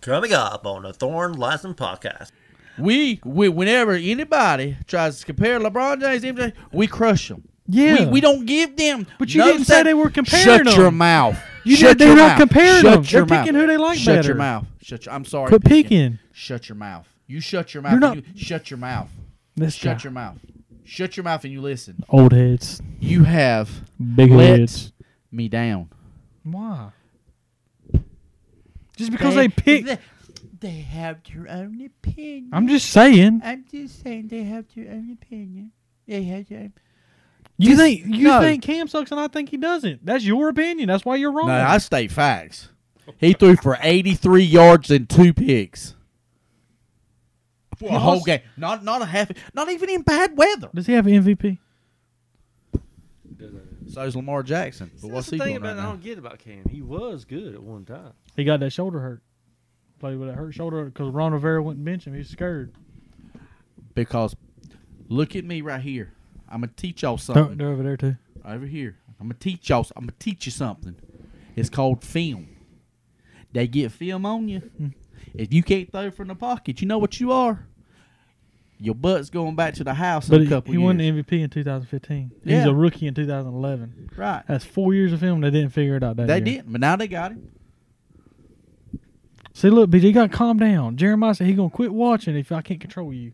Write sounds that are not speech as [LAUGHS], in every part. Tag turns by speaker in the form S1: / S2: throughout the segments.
S1: Coming up on the Thorn License Podcast.
S2: We, we whenever anybody tries to compare LeBron James, MJ, we crush them.
S3: Yeah.
S2: we, we don't give them.
S3: But you
S2: no
S3: didn't say
S2: sec-
S3: they were comparing
S2: Shut
S3: them.
S2: your mouth.
S3: You
S2: Shut
S3: did- they're
S2: your
S3: not
S2: mouth. Shut
S3: comparing them.
S2: Your
S3: They're
S2: mouth.
S3: picking who they like
S2: Shut
S3: better.
S2: your mouth. Shut your. I'm sorry.
S3: Quit peeking.
S2: Shut your mouth. You shut your mouth.
S3: You're
S2: and
S3: not-
S2: you- shut your mouth.
S3: This
S2: Shut
S3: guy.
S2: your mouth. Shut your mouth and you listen.
S3: old heads,
S2: You have
S3: big
S2: Let-
S3: heads.
S2: me down.
S3: Why? Just because they, pick.
S2: They, they have their own opinion.
S3: I'm just saying.
S2: I'm just saying they have their own opinion. They have their own.
S3: You
S2: Just-
S3: think you
S2: no.
S3: think Cam sucks, and I think he doesn't. That's your opinion. That's why you're wrong.
S2: No, I state facts. He threw for 83 yards and two picks. For a whole
S3: lost-
S2: game, not not a half, not even in bad weather.
S3: Does he have an MVP?
S2: So is Lamar Jackson. But what's
S4: That's
S2: he
S4: the thing
S2: doing right
S4: about I
S2: now?
S4: don't get about Cam. He was good at one time.
S3: He got that shoulder hurt. Played with a hurt shoulder because Ron Rivera wouldn't bench him. He was scared.
S2: Because look at me right here. I'm gonna teach y'all something.
S3: They're, they're over there too.
S2: over here. I'm gonna teach y'all. I'm gonna teach you something. It's called film. They get film on you.
S3: Hmm.
S2: If you can't throw from the pocket, you know what you are. Your butt's going back to the house
S3: But
S2: in a
S3: he,
S2: couple
S3: he
S2: years.
S3: won the MVP in 2015. He was
S2: Yeah.
S3: a rookie in 2011.
S2: right.
S3: That's four years of film. They didn't figure it out. That
S2: They
S3: year.
S2: didn't, but now they got him.
S3: See, look, BJ, got to calm down. Jeremiah said he gonna quit watching if I can't control you.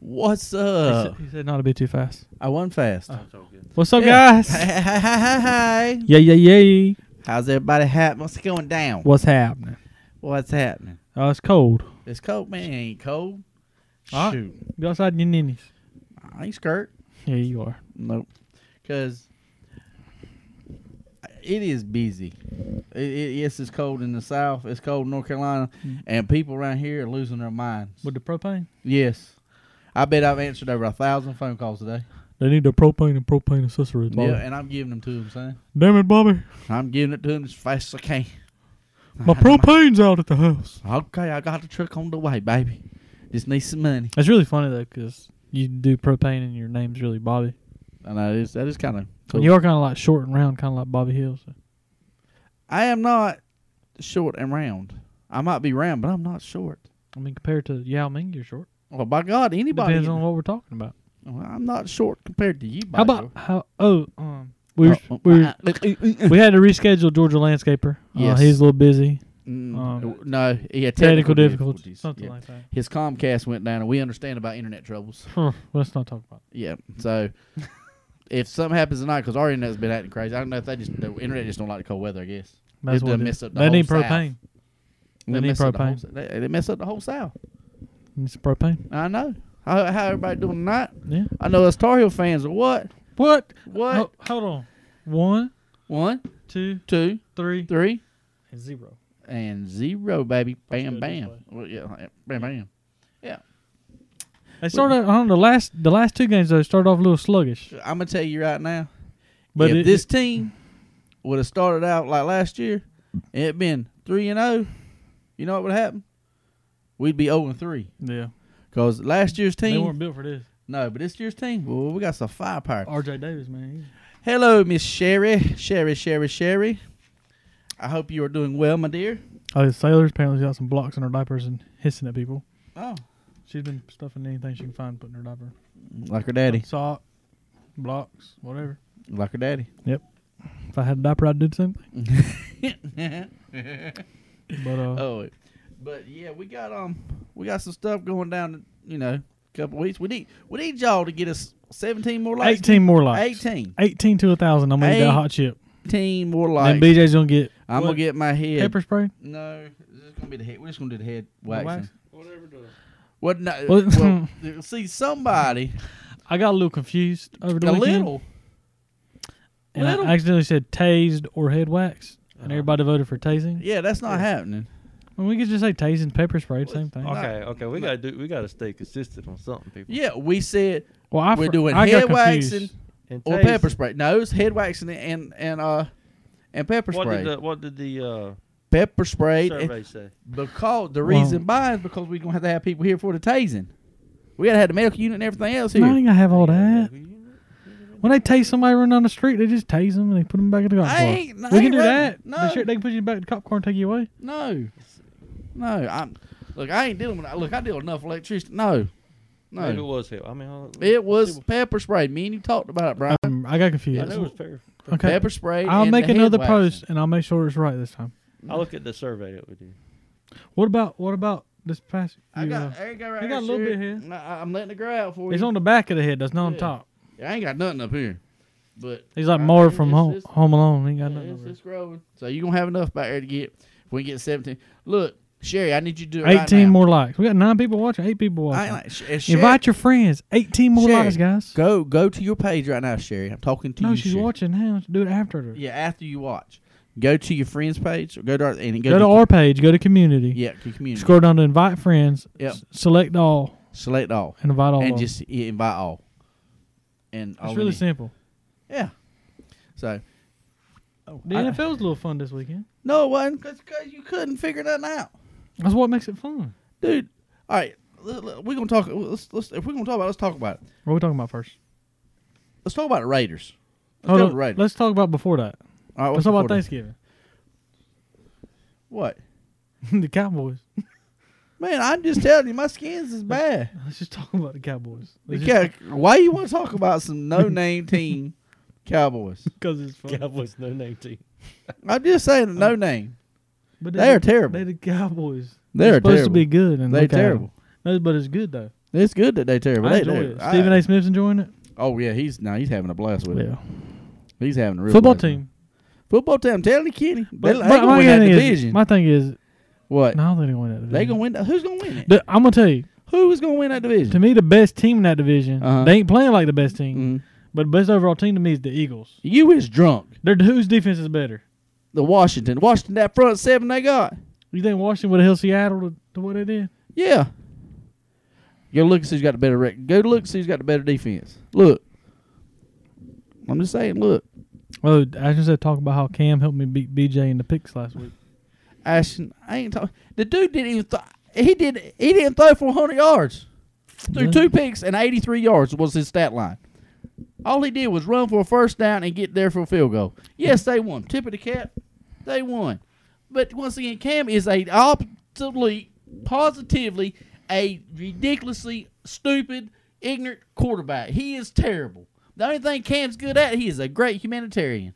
S2: What's
S3: He
S2: up?
S3: said- he said not to be too fast.
S2: I won fast.
S4: That's all good.
S3: Uh, What's up,
S2: Yeah.
S3: guys?
S2: Hey, hey, hey, hey, hey.
S3: Yeah, yeah, yeah.
S2: How's everybody happening? What's going down?
S3: What's happening?
S2: What's happening?
S3: Oh, it's cold.
S2: It's cold, man. It ain't cold.
S3: All right.
S2: Shoot.
S3: Go outside in your ninnies.
S2: I ain't skirt.
S3: Yeah, you are.
S2: Nope. Because it is busy. It, it, yes, it's cold in the South. It's cold in North Carolina,
S3: Mm.
S2: and people around here are losing their minds.
S3: With the propane?
S2: Yes, I bet I've answered over a thousand phone calls today.
S3: They need the propane and propane accessories, Bobby.
S2: Yeah, and I'm giving them to them, son.
S3: Damn it, Bobby.
S2: I'm giving it to them as fast as I can.
S3: [LAUGHS] My propane's out at the house.
S2: Okay, I got the truck on the way, baby. Just need some money.
S3: It's really funny, though, because you do propane and your name's really Bobby.
S2: I know it's, that is kind of
S3: And you are kind of like short and round, kind of like Bobby Hill. So.
S2: I am not short and round. I might be round, but I'm not short.
S3: I mean, compared to Yao Ming, you're short.
S2: Well, by God, anybody.
S3: Depends on what we're talking about.
S2: Well, I'm not short compared to you.
S3: How about how? Oh, um, we were,
S2: Oh,
S3: we, were,
S2: [LAUGHS] we
S3: [LAUGHS] we had to reschedule Georgia Landscaper. Uh,
S2: Yes.
S3: he's a little busy. um,
S2: Mm, no, he had
S3: Technical, difficulties, something
S2: yeah.
S3: like that.
S2: His Comcast went down, and we understand about internet troubles.
S3: Huh, let's not talk about.
S2: Yeah, so if something happens tonight, because our internet's been acting crazy, I don't know if they just the internet just don't like the cold weather. I guess
S3: It. That's
S2: It
S3: what
S2: done
S3: it
S2: messed
S3: is.
S2: up the
S3: they
S2: whole
S3: need
S2: South.
S3: propane. They need
S2: messed up the whole
S3: propane.
S2: South. they, they mess up the whole South.
S3: Need some propane.
S2: I know. How, how everybody doing tonight?
S3: Yeah.
S2: I know us Tar Heel fans are what?
S3: What?
S2: What?
S3: Ho- hold on. One,
S2: Oh, One,
S3: two,
S2: two,
S3: three,
S2: three,
S3: and zero.
S2: and zero, baby. Bam,
S3: Let's go this
S2: bam.
S3: way.
S2: Well, yeah, like, bam, bam.
S3: They started on the last the last two games though. Started off a little sluggish,
S2: I'm gonna tell you right now.
S3: but
S2: if
S3: it,
S2: this team would have started out like last year, and it been three and zero, you know what would happen? We'd be zero and three
S3: yeah,
S2: because last year's
S3: they
S2: team.
S3: weren't built for this.
S2: No, but this year's team. Well, we got some firepower.
S3: R.J. Davis, man,
S2: Hello, Miss Sherry, Sherry, Sherry, Sherry. I hope you are doing well, my dear.
S3: Oh, the sailors apparently got some blocks in her diapers and hissing at people.
S2: Oh,
S3: She's been stuffing anything she can find, putting in her diaper.
S2: like her daddy,
S3: Sock, blocks, whatever.
S2: like her daddy.
S3: If I had a diaper, I'd do the same thing. But
S2: [LAUGHS]
S3: uh,
S2: [LAUGHS] Oh, it- but yeah, we got um, we got some stuff going down. You know, couple weeks. We need we need y'all to get us seventeen more likes.
S3: eighteen more likes.
S2: 18.
S3: 18 to a thousand. I'm gonna get
S2: Eight
S3: a hot chip.
S2: 18 more
S3: And
S2: likes.
S3: BJ's gonna get
S2: I'm gonna
S3: what?
S2: get my head.
S3: pepper spray.
S2: No, this is gonna be the head. We're just gonna do the head
S3: What
S2: waxing.
S3: wax?
S4: Whatever does.
S2: What? No,
S3: Well-
S2: well, [LAUGHS] you see somebody
S3: I got a little confused over the
S2: a
S3: weekend.
S2: little.
S3: And
S2: Little.
S3: I accidentally said tased or head wax, and
S4: Uh-huh.
S3: everybody voted for tasing.
S2: Yeah, that's not
S4: Yeah.
S2: happening.
S3: Well, we could just say tasing pepper spray, same thing.
S4: Okay, okay. We gotta do. We gotta stay consistent on something, people.
S2: Yeah, we said
S3: Well, I
S2: we're
S3: fr-
S2: doing
S3: I got
S2: head
S3: confused.
S2: waxing
S4: And
S2: or
S4: Taze,
S2: pepper spray. No, it's head waxing and and uh and pepper
S4: What
S2: spray.
S4: did the What did the uh,
S2: pepper spray.
S4: survey say?
S2: Because the
S3: Well-
S2: reason why is because we're gonna have to have people here for the tasing. We gotta have the medical unit and everything else
S3: No,
S2: here.
S3: I ain't gonna have all that.
S4: Well,
S3: When they tase somebody running down the street, they just tase them and they put them back in the cop
S2: I
S3: car.
S2: ain't- I
S3: we can
S2: ain't
S3: do
S2: running-
S3: that.
S2: no.
S3: They, sure, they can put you back in the cop car and take you away.
S2: No, no. I'm look. I ain't dealing with. Look, I deal enough electricity. No, no.
S4: Maybe it was hell. I mean, I'll-
S2: It was pepper spray. Me and you talked about it, Brian.
S3: Um, I got
S4: I
S3: confused.
S4: know it was fair.
S3: Okay.
S2: Pepper spray.
S3: I'll
S2: and
S3: make
S2: the
S3: another
S2: head
S3: post and I'll make sure it's right this time.
S4: I look at the survey that we did. [LAUGHS]
S3: What about what about this past?
S2: whack. I
S3: you,
S2: got.
S3: uh,
S2: There you go. Right
S3: you got a
S2: here,
S3: little bit
S2: sir.
S3: here.
S2: No, I- I'm letting it grow out for
S3: it's
S2: you.
S3: on the back of the head. That's not on
S2: Yeah.
S3: top.
S2: I ain't got nothing up here, but
S3: He's like
S2: I
S3: more
S2: mean,
S3: from
S2: it's
S3: home,
S2: just-
S3: home Alone. He ain't got
S2: yeah,
S3: nothing
S2: it's
S3: over it.
S2: just growing. So you gonna have enough back there to get. If we get 17, look, Sherry, I need you to do it right
S3: 18
S2: now.
S3: more likes. We got nine people watching, eight people
S2: I ain't
S3: watching.
S2: like, Sh- if Sherry,
S3: Invite your friends. 18 more
S2: Sherry,
S3: likes, guys.
S2: Go go to your page right now, Sherry. I'm talking to
S3: No,
S2: you.
S3: she's
S2: Sherry.
S3: watching now. Do it after her.
S2: Yeah, after you watch, go to your friends page or go to our, and go,
S3: Go to
S2: to
S3: our page. Go to community.
S2: yeah to community.
S3: Scroll down to invite friends.
S2: Yep.
S3: s- select all
S2: Select all
S3: and invite all.
S2: and
S3: of them.
S2: just yeah, invite all. And all
S3: it's
S2: we
S3: really
S2: need.
S3: simple.
S2: Yeah. So. Oh,
S3: The NFL's a little fun this weekend.
S2: no, it wasn't because you couldn't figure nothing out,
S3: That's what makes it fun.
S2: dude. All right, l- l- we're gonna talk. Let's, let's if we're gonna talk about, it, let's talk about it.
S3: What are we talking about first?
S2: Let's talk about the Raiders. Let's
S3: Hold
S2: go
S3: on.
S2: to the Raiders.
S3: Let's talk about before that.
S2: All right,
S3: Let's
S2: what's
S3: talk about
S2: before that?
S3: Thanksgiving. [LAUGHS]
S2: What?
S3: the Cowboys.
S2: Man, I'm just telling you, my skins is bad.
S3: [LAUGHS] Let's just talk about the Cowboys. Let's just-
S2: Yeah, why you want to talk about some
S3: [LAUGHS]
S2: no name team Cowboys?
S3: Because it's fun.
S4: Cowboys no name team.
S2: I'm just saying no
S3: Uh,
S2: name.
S3: But
S2: They are
S3: the-
S2: terrible.
S3: They're the Cowboys.
S2: They're
S3: supposed
S2: terrible.
S3: to be good. And
S2: They're
S3: look at 'em.
S2: terrible.
S3: No, but it's good though.
S2: It's good that they're terrible.
S3: I
S2: They
S3: enjoy
S2: terrible.
S3: it. Stephen
S2: I-
S3: A. Smith's enjoying it.
S2: Oh yeah, he's now he's having a blast with it. He's having a real
S3: Football
S2: blast with it.
S3: team.
S2: Football team. I'm telling you, Kenny, they, they
S3: But
S2: gonna win that
S3: thing is-
S2: division.
S3: my thing is,
S2: what?
S3: no, I don't think they win that division.
S2: They gonna win. That, who's gonna win it?
S3: The- I'm gonna tell you.
S2: Who is gonna win that
S3: To
S2: division?
S3: me, the best team in that division.
S2: Uh-huh.
S3: They ain't playing like the best team,
S2: Mhm.
S3: but the best overall team to me is the Eagles.
S2: You is drunk.
S3: Their whose defense is better?
S2: The Washington, Washington, that front seven they got.
S3: You think Washington would have held Seattle to, to what they did?
S2: Yeah. Go look and see who's got the better record. Go look and see who's got the better defense. Look. I'm just saying, look.
S3: Well, I just said talk about how Cam helped me beat BJ in the picks last week.
S2: Ashton, I ain't talking. The dude didn't even th- he did he didn't throw for 100 yards. Threw
S3: Yeah.
S2: two picks and 83 yards was his stat line. All he did was run for a first down and get there for a field goal. Yes, they won. Tip of the cap, they won. But once again, Cam is a absolutely, positively, a ridiculously stupid, ignorant quarterback. He is terrible. The only thing Cam's good at, he is a great humanitarian.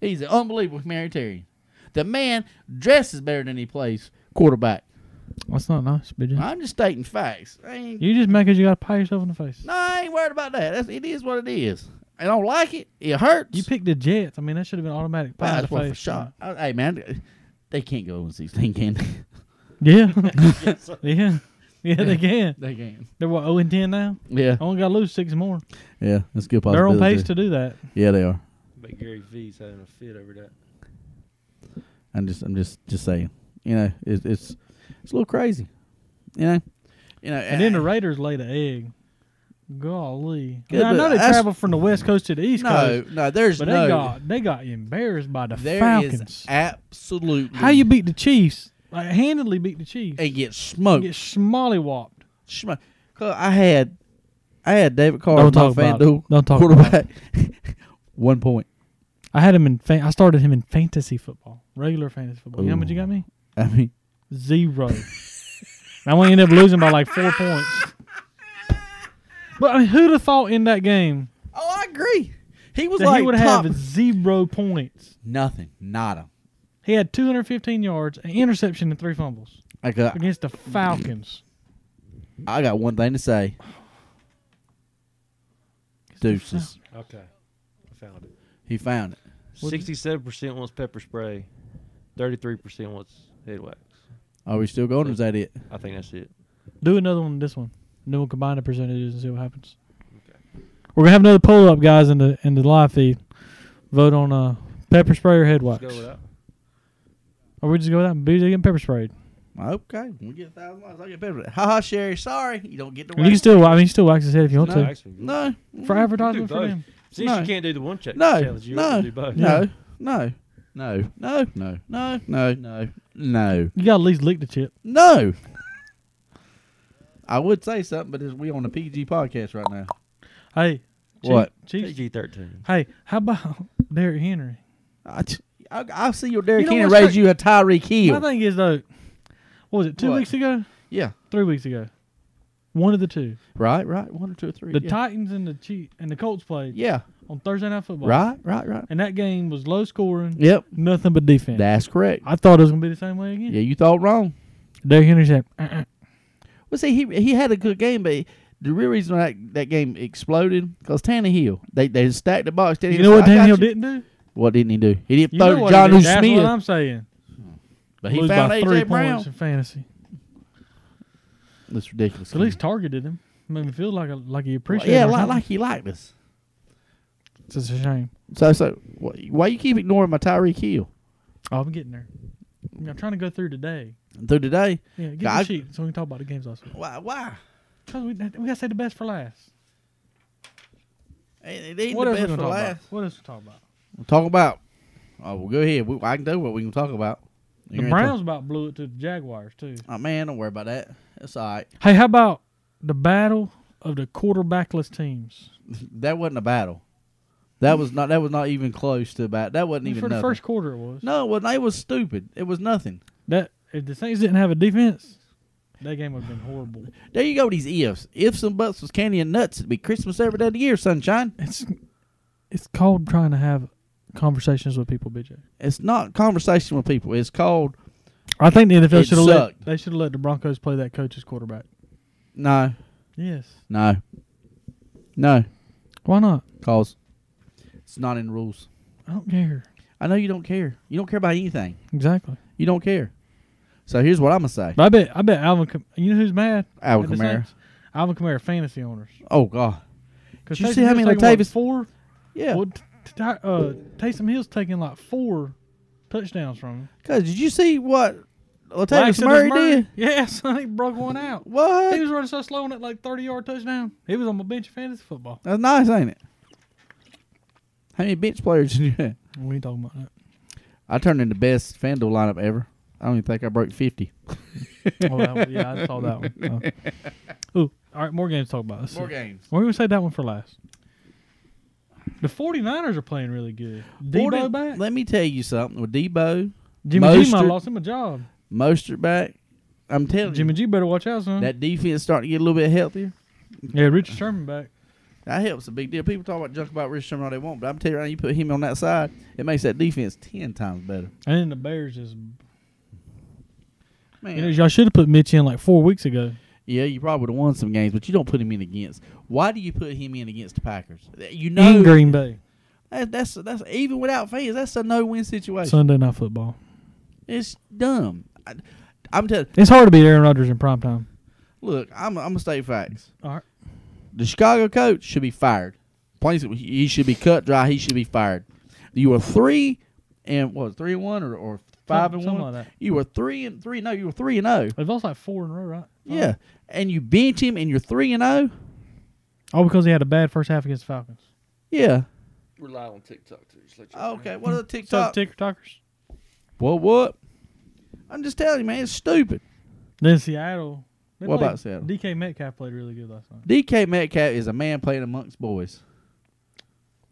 S2: He's an unbelievable humanitarian. The man dresses better than he plays quarterback.
S3: That's not nice, BJ.
S2: I'm just stating facts. I ain't,
S3: You just mad 'cause you got to pat yourself in the face.
S2: no, I ain't worried about that. That's, it is what it is. I don't like it. It hurts.
S3: You picked the Jets. I mean, that should have been automatic.
S2: Wow,
S3: pat in
S2: that's
S3: the
S2: one for
S3: face.
S2: shot. I- Hey man, they can't go and see thing can they? [LAUGHS]
S3: Yeah. yeah. Yeah, [LAUGHS] they can.
S2: they can.
S3: They're what, 0 and 10 now?
S2: Yeah,
S3: I only got to lose six more.
S2: yeah, that's a good
S3: They're on pace to do that.
S2: yeah, they are.
S4: But Gary V's having a fit over that.
S2: I'm just, I'm just, just saying. You know, it's it's it's a little crazy. You know, you know, uh,
S3: And then the Raiders laid an egg. Golly.
S2: Good,
S3: Now, I know
S2: but
S3: they
S2: that's-
S3: traveled from the West Coast to the East
S2: no,
S3: Coast.
S2: no, there's
S3: But
S2: no,
S3: they got they got embarrassed by the
S2: there is
S3: Falcons.
S2: absolutely
S3: How you beat the Chiefs? Like handedly beat the Chiefs.
S2: and get smoked.
S3: Get smollywopped.
S2: Schmo- 'Cause I had, I had David Carr
S3: Don't
S2: as my
S3: talk about it.
S2: FanDuel
S3: Don't talk about it.
S2: quarterback. [LAUGHS] One point.
S3: I had him in fan- I started him in fantasy football. Regular fantasy football. You know how much you
S2: Ooh.
S3: got me?
S2: I mean,
S3: Zero. and I only ended up losing by like four points. But I mean, who'd have thought in that game
S2: oh, I agree. He was
S3: that
S2: like
S3: he would
S2: top
S3: have zero points?
S2: nothing, nada.
S3: He had 215 yards, an interception, and three fumbles
S2: I got,
S3: against the Falcons.
S2: I got one thing to say. Deuces.
S4: Okay. I found it.
S2: He found it.
S3: What'd you-
S4: Sixty-seven percent wants pepper spray. Thirty-three percent wants head wax.
S2: Are we Oh, still going? Or is that it?
S4: I think that's it.
S3: Do another one, this one. And then we'll combine the percentages and see what happens.
S4: Okay.
S3: We're gonna have another poll up, guys, in the in the live feed. Vote on uh, pepper spray or head
S4: Let's
S3: wax.
S4: go with that.
S3: Or we just go with that and BJ getting pepper sprayed.
S2: Okay, we get a thousand likes. I get better. Ha ha, Sherry. Sorry, you don't get the.
S3: And you can
S2: right-
S3: still, I mean, you still wax his head if you want
S4: No,
S3: to.
S4: actually,
S2: no,
S3: For advertisement
S4: do
S3: for
S4: both.
S3: them.
S4: Since
S2: No.
S4: you can't do the one check
S2: No,
S4: challenge, you
S2: no,
S4: have to do both. [LAUGHS]
S2: no, no, no, no, no, no, no, no, no.
S3: You got to at least lick the chip.
S2: No. I would say something, but it's, we on a PG podcast right now.
S3: Hey, Chief-
S2: What?
S3: Chief,
S4: thirteen.
S3: hey, how about [LAUGHS] Derrick Henry?
S2: I, I, I see your Derrick
S3: You know
S2: Henry
S3: what's
S2: raise
S3: cra-
S2: you a Tyreek Hill.
S3: My thing is though, what was it? Two
S2: What?
S3: weeks ago?
S2: yeah,
S3: Three weeks ago? One of the two.
S2: right, right. One or two or three.
S3: The
S2: yeah.
S3: Titans and the Chief and the Colts played
S2: Yeah,
S3: on Thursday Night Football.
S2: right, right, right.
S3: And that game was low scoring,
S2: Yep,
S3: nothing but defense.
S2: that's correct.
S3: I thought it was gonna be the same way again.
S2: Yeah, you thought wrong.
S3: Derrick Henry said, uh-uh.
S2: Well, see, he he had a good game, but the real reason that that game exploded because Tannehill they they stacked the box. Tannehill
S3: "You know what
S2: said, "I got
S3: Daniel
S2: you."
S3: didn't do?
S2: What didn't he do? He didn't
S3: You
S2: throw
S3: know
S2: to
S3: what
S2: John
S3: he
S2: U.
S3: did. That's what
S2: Smith,
S3: I'm saying.
S2: but he
S3: Lose
S2: found
S3: by three
S2: AJ Brown.
S3: points in fantasy.
S2: That's ridiculous.
S3: At least targeted him. Made me feel like a, like he
S2: Well,
S3: appreciated.
S2: yeah,
S3: him or
S2: like,
S3: something.
S2: like he liked us.
S3: it's just a shame.
S2: So so wh- why you keep ignoring my Tyreek Hill
S3: Oh, I'm getting there. I'm trying to go through today.
S2: through today?
S3: Yeah, get
S2: God.
S3: the sheet so we can talk about the games last week.
S2: Why why?
S3: Cause we we gotta say the best for last.
S2: It ain't
S3: What
S2: the
S3: else we
S2: best
S3: gonna
S2: for
S3: talk
S2: last.
S3: about? What else we talking about?
S2: Talk about. Oh, well, go ahead. We, I can do what we can talk about.
S3: The
S2: You're gonna
S3: Browns about blew it to the Jaguars too.
S2: talk- oh man, don't worry about that. That's all right.
S3: Hey, how about the battle of the quarterbackless teams?
S2: That wasn't a battle. That was not. That was not even close to about. That wasn't even
S3: For the
S2: nothing.
S3: first quarter, it was.
S2: no, it wasn't. It was stupid. It was nothing.
S3: That if the Saints didn't have a defense, that game would have been horrible.
S2: There you go. with These ifs, ifs and buts was candy and nuts. It'd be Christmas every day of the year, sunshine.
S3: It's it's called trying to have conversations with people, BJ.
S2: It's not conversation with people. It's called
S3: I think the NFL
S2: It
S3: should have let
S2: sucked.
S3: they should have let the Broncos play that coach as quarterback.
S2: no,
S3: Yes.
S2: no, no.
S3: Why not?
S2: Cause it's not in the rules.
S3: I don't care.
S2: I know you don't care. You don't care about anything.
S3: Exactly.
S2: You don't care. So here's what I'm gonna say.
S3: But I bet I bet Alvin. Kam- You know who's mad?
S2: Alvin
S3: At the
S2: Kamara.
S3: Saints? Alvin Kamara fantasy owners.
S2: Oh God.
S3: Because
S2: Did you see how many Latavius-
S3: four?
S2: Yeah.
S3: Well, t- t- Ty- uh, Taysom Hill's taking like four touchdowns from him.
S2: Cause did you see what Latavius
S3: Laxon
S2: Murray,
S3: Murray-
S2: did?
S3: Yeah, [LAUGHS] son, he broke one out.
S2: What?
S3: He was running so slow on that like thirty yard touchdown. He was on my bench of fantasy football.
S2: That's nice, ain't it? How many bench players did you have?
S3: We ain't talking about that.
S2: I turned in the best FanDuel lineup ever. I don't even think I broke fifty.
S3: [LAUGHS] Oh, that one- yeah, I saw that
S2: [LAUGHS]
S3: one. Oh. Ooh, all right, more games to talk about. Let's see.
S2: games.
S3: We're gonna say that one for last. The 49ers are playing really good. Debo back.
S2: Let me tell you something. With Debo,
S3: Jimmy G might
S2: Mostert-
S3: have lost him a job.
S2: Mostert back, I'm telling
S3: Jimmy
S2: you,
S3: G better watch out, son.
S2: that defense starting to get a little bit healthier.
S3: yeah, Richard Sherman back.
S2: That helps a big deal. People talk about junk about Rich Sherman all they want, but I'm telling you, right now, you put him on that side, it makes that defense ten times better.
S3: And then the Bears is.
S2: Man,
S3: You know, y'all should have put Mitch in like four weeks ago.
S2: Yeah, you probably would have won some games, but you don't put him in against. Why do you put him in against the Packers? You
S3: In
S2: know
S3: Green Bay.
S2: that, that's that's even without fans, that's a no-win situation.
S3: Sunday night football.
S2: It's dumb. I, I'm telling.
S3: It's hard to beat Aaron Rodgers in prime time.
S2: Look, I'm I'm gonna state facts.
S3: All right.
S2: The Chicago coach should be fired. Plain and simple, he he should be cut dry. He should be fired. You were three and what three and one or, or five and
S3: Something
S2: one.
S3: like that.
S2: You were three and three. No, you were three and zero.
S3: They've lost like four in a row, right?
S2: Yeah, and you bench him, and you're three and oh? zero.
S3: All because he had a bad first half against the Falcons.
S2: Yeah.
S4: We're live on TikTok too. Just let
S2: Okay. What are the
S3: So
S2: TikTok?
S3: ticker talkers.
S2: What what? I'm just telling you, man, it's stupid.
S3: Then Seattle. They
S2: What
S3: played-
S2: about Seattle?
S3: DK Metcalf played really good last night.
S2: DK Metcalf is a man playing amongst boys.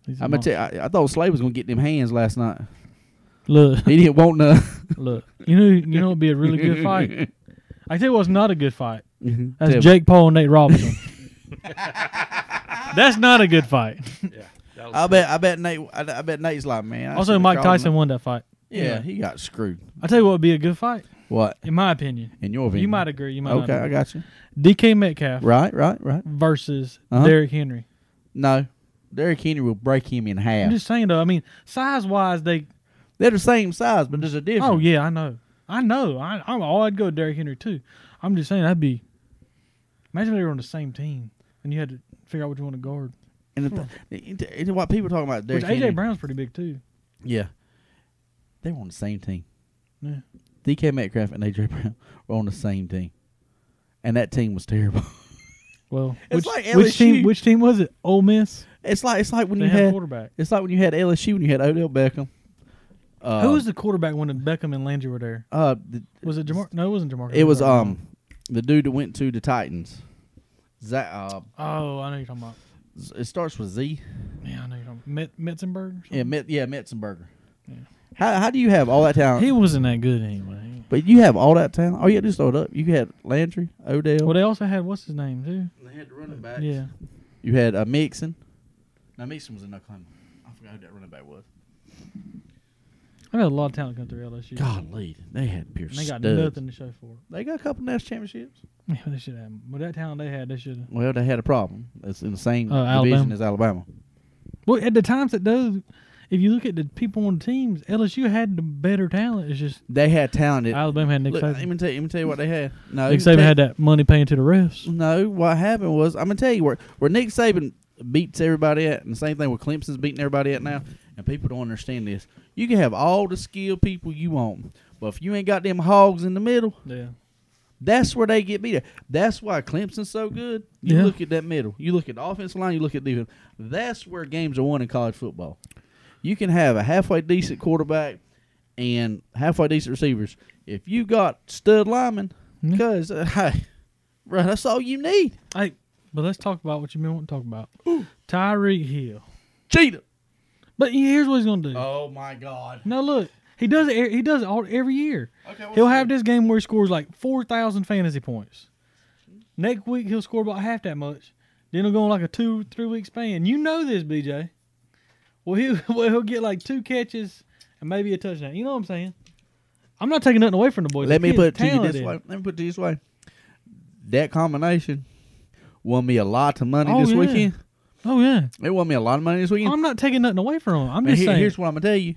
S3: He's a
S2: I'm gonna tell you, I, I thought Slade was gonna get them hands last night. [LAUGHS]
S3: monster.
S2: He didn't want none.
S3: Look, [LAUGHS] look. You know, you know, it'd be a really good fight.
S2: [LAUGHS]
S3: I tell you what's not a good fight. That's
S2: Tell-
S3: Jake Paul and Nate
S2: [LAUGHS]
S3: Robinson. That's not a good fight.
S4: Yeah. That was
S2: I bet I bet Nate I, I bet Nate's like man. I
S3: Also,
S2: should've
S3: Mike
S2: called him
S3: Tyson
S2: out."
S3: won that fight.
S2: Yeah, he got screwed.
S3: I tell you what would be a good fight,
S2: What
S3: in my opinion.
S2: in your opinion?
S3: You might agree. You might
S2: Okay,
S3: not
S2: I
S3: agree.
S2: got you.
S3: DK Metcalf
S2: Right, right, right.
S3: versus
S2: Uh-huh.
S3: Derrick Henry.
S2: No, Derrick Henry will break him in half.
S3: I'm just saying though. I mean, size wise, they.
S2: They're the same size, but there's a difference.
S3: Oh yeah, I know. I know. I, I'm. Oh, I'd go with Derrick Henry too. I'm just saying that'd be. Imagine they were on the same team and you had to figure out what you want to guard.
S2: And, the, and- and what people talking about Derrick
S3: Which AJ
S2: Henry?
S3: Brown's pretty big too.
S2: Yeah. They were on the same team.
S3: Yeah.
S2: DK Metcalf and AJ [LAUGHS] Brown were on the same team. And that team was terrible. [LAUGHS]
S3: Well,
S2: It's
S3: which,
S2: like
S3: which
S2: LSU.
S3: team? Which team was it? Ole Miss.
S2: It's like it's like when
S3: They
S2: you
S3: had a
S2: had
S3: quarterback.
S2: it's like when you had LSU when you had Odell Beckham. Uh,
S3: Who was the quarterback when Beckham and Landry were there?
S2: uh the,
S3: Was it Jamar? No, it wasn't Jamar.
S2: it was um the dude that went to the Titans. Zach, uh,
S3: Oh, I know you're talking about.
S2: Z- it starts with Z.
S3: Yeah, I know you're talking about. Met, Metzenberg? or
S2: Yeah,
S3: something?
S2: Met, yeah, Metzenberger.
S3: Yeah.
S2: How how do you have all that talent?
S3: He wasn't that good anyway.
S2: but you have all that talent. Oh yeah, just throw it up. You had Landry, Odell.
S3: Well, they also had, what's his name, too?
S2: they had running backs.
S3: Yeah.
S2: You had uh, Mixon. Now Mixon was in Oklahoma. I forgot who that running back was.
S3: I had a lot of talent come through LSU.
S2: Golly, they had pure
S3: And they got
S2: studs.
S3: nothing to show for it.
S2: They got a couple national championships.
S3: [LAUGHS] Yeah, they should have. With that talent they had, they should have.
S2: Well, they had a problem. It's in the same
S3: Uh,
S2: division
S3: Alabama.
S2: as Alabama.
S3: Well, at the times that those, if you look at the people on the teams, LSU had the better talent. It's just
S2: They had talented.
S3: Alabama had Nick
S2: Look, let
S3: Saban.
S2: me tell you. Let me tell you what they had. No,
S3: Nick
S2: let
S3: Saban
S2: me
S3: had
S2: tell-
S3: that money paying to the refs.
S2: No, what happened was I'm gonna tell you where where Nick Saban beats everybody at, and the same thing with Clemson's beating everybody at now. And people don't understand this. You can have all the skilled people you want, but if you ain't got them hogs in the middle,
S3: Yeah.
S2: That's where they get beat. At. That's why Clemson's so good. You
S3: Yeah.
S2: look at that middle. You look at the offensive line. You look at defense. That's where games are won in college football. You can have a halfway decent quarterback and halfway decent receivers. If you got stud linemen,
S3: Yeah.
S2: because [LAUGHS] hey, bro, that's all you need.
S3: Hey, but let's talk about what you been wanting to talk about. Tyreek Hill.
S2: Cheetah.
S3: But here's what he's gonna do.
S2: Oh my God.
S3: Now look, he does it. e- He does it all, every year.
S2: Okay, what's
S3: he'll
S2: the-
S3: have this game where he scores like four thousand fantasy points. Next week he'll score about half that much. Then he'll go on like a two three week span. You know this, BJ. Well, he well he'll [LAUGHS] get like two catches and maybe a touchdown. You know what I'm saying? I'm not taking nothing away from the boy. The
S2: Let me
S3: kid's
S2: put it to you this
S3: talented.
S2: way. Let me put it to you this way. That combination won me a lot of money
S3: Oh,
S2: this
S3: yeah.
S2: weekend.
S3: Oh yeah,
S2: It won me a lot of money this weekend.
S3: I'm not taking nothing away from him. I'm
S2: But
S3: just
S2: here-
S3: saying.
S2: here's what I'm gonna tell you.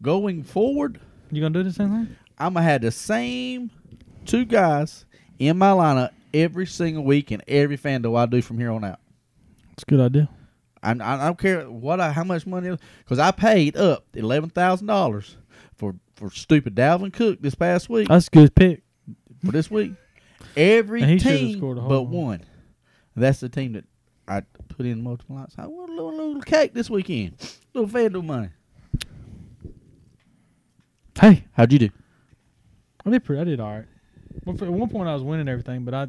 S2: Going forward,
S3: you gonna do the same thing?
S2: I'm gonna have the same two guys in my lineup every single week in every fandom I do from here on out.
S3: It's a good idea.
S2: I'm, I don't care what I, how much money, because I paid up eleven thousand dollars for for stupid Dalvin Cook this past week
S3: That's a good pick.
S2: for this week. Every
S3: And he should've
S2: team
S3: scored a whole
S2: but
S3: lot.
S2: one. That's the team that I put in multiple lots. I want a little, little cake this weekend, little fandom money.
S3: Hey,
S2: How'd you do?
S3: I did pretty. I did all right. Well, for- at one point, I was winning everything, but I,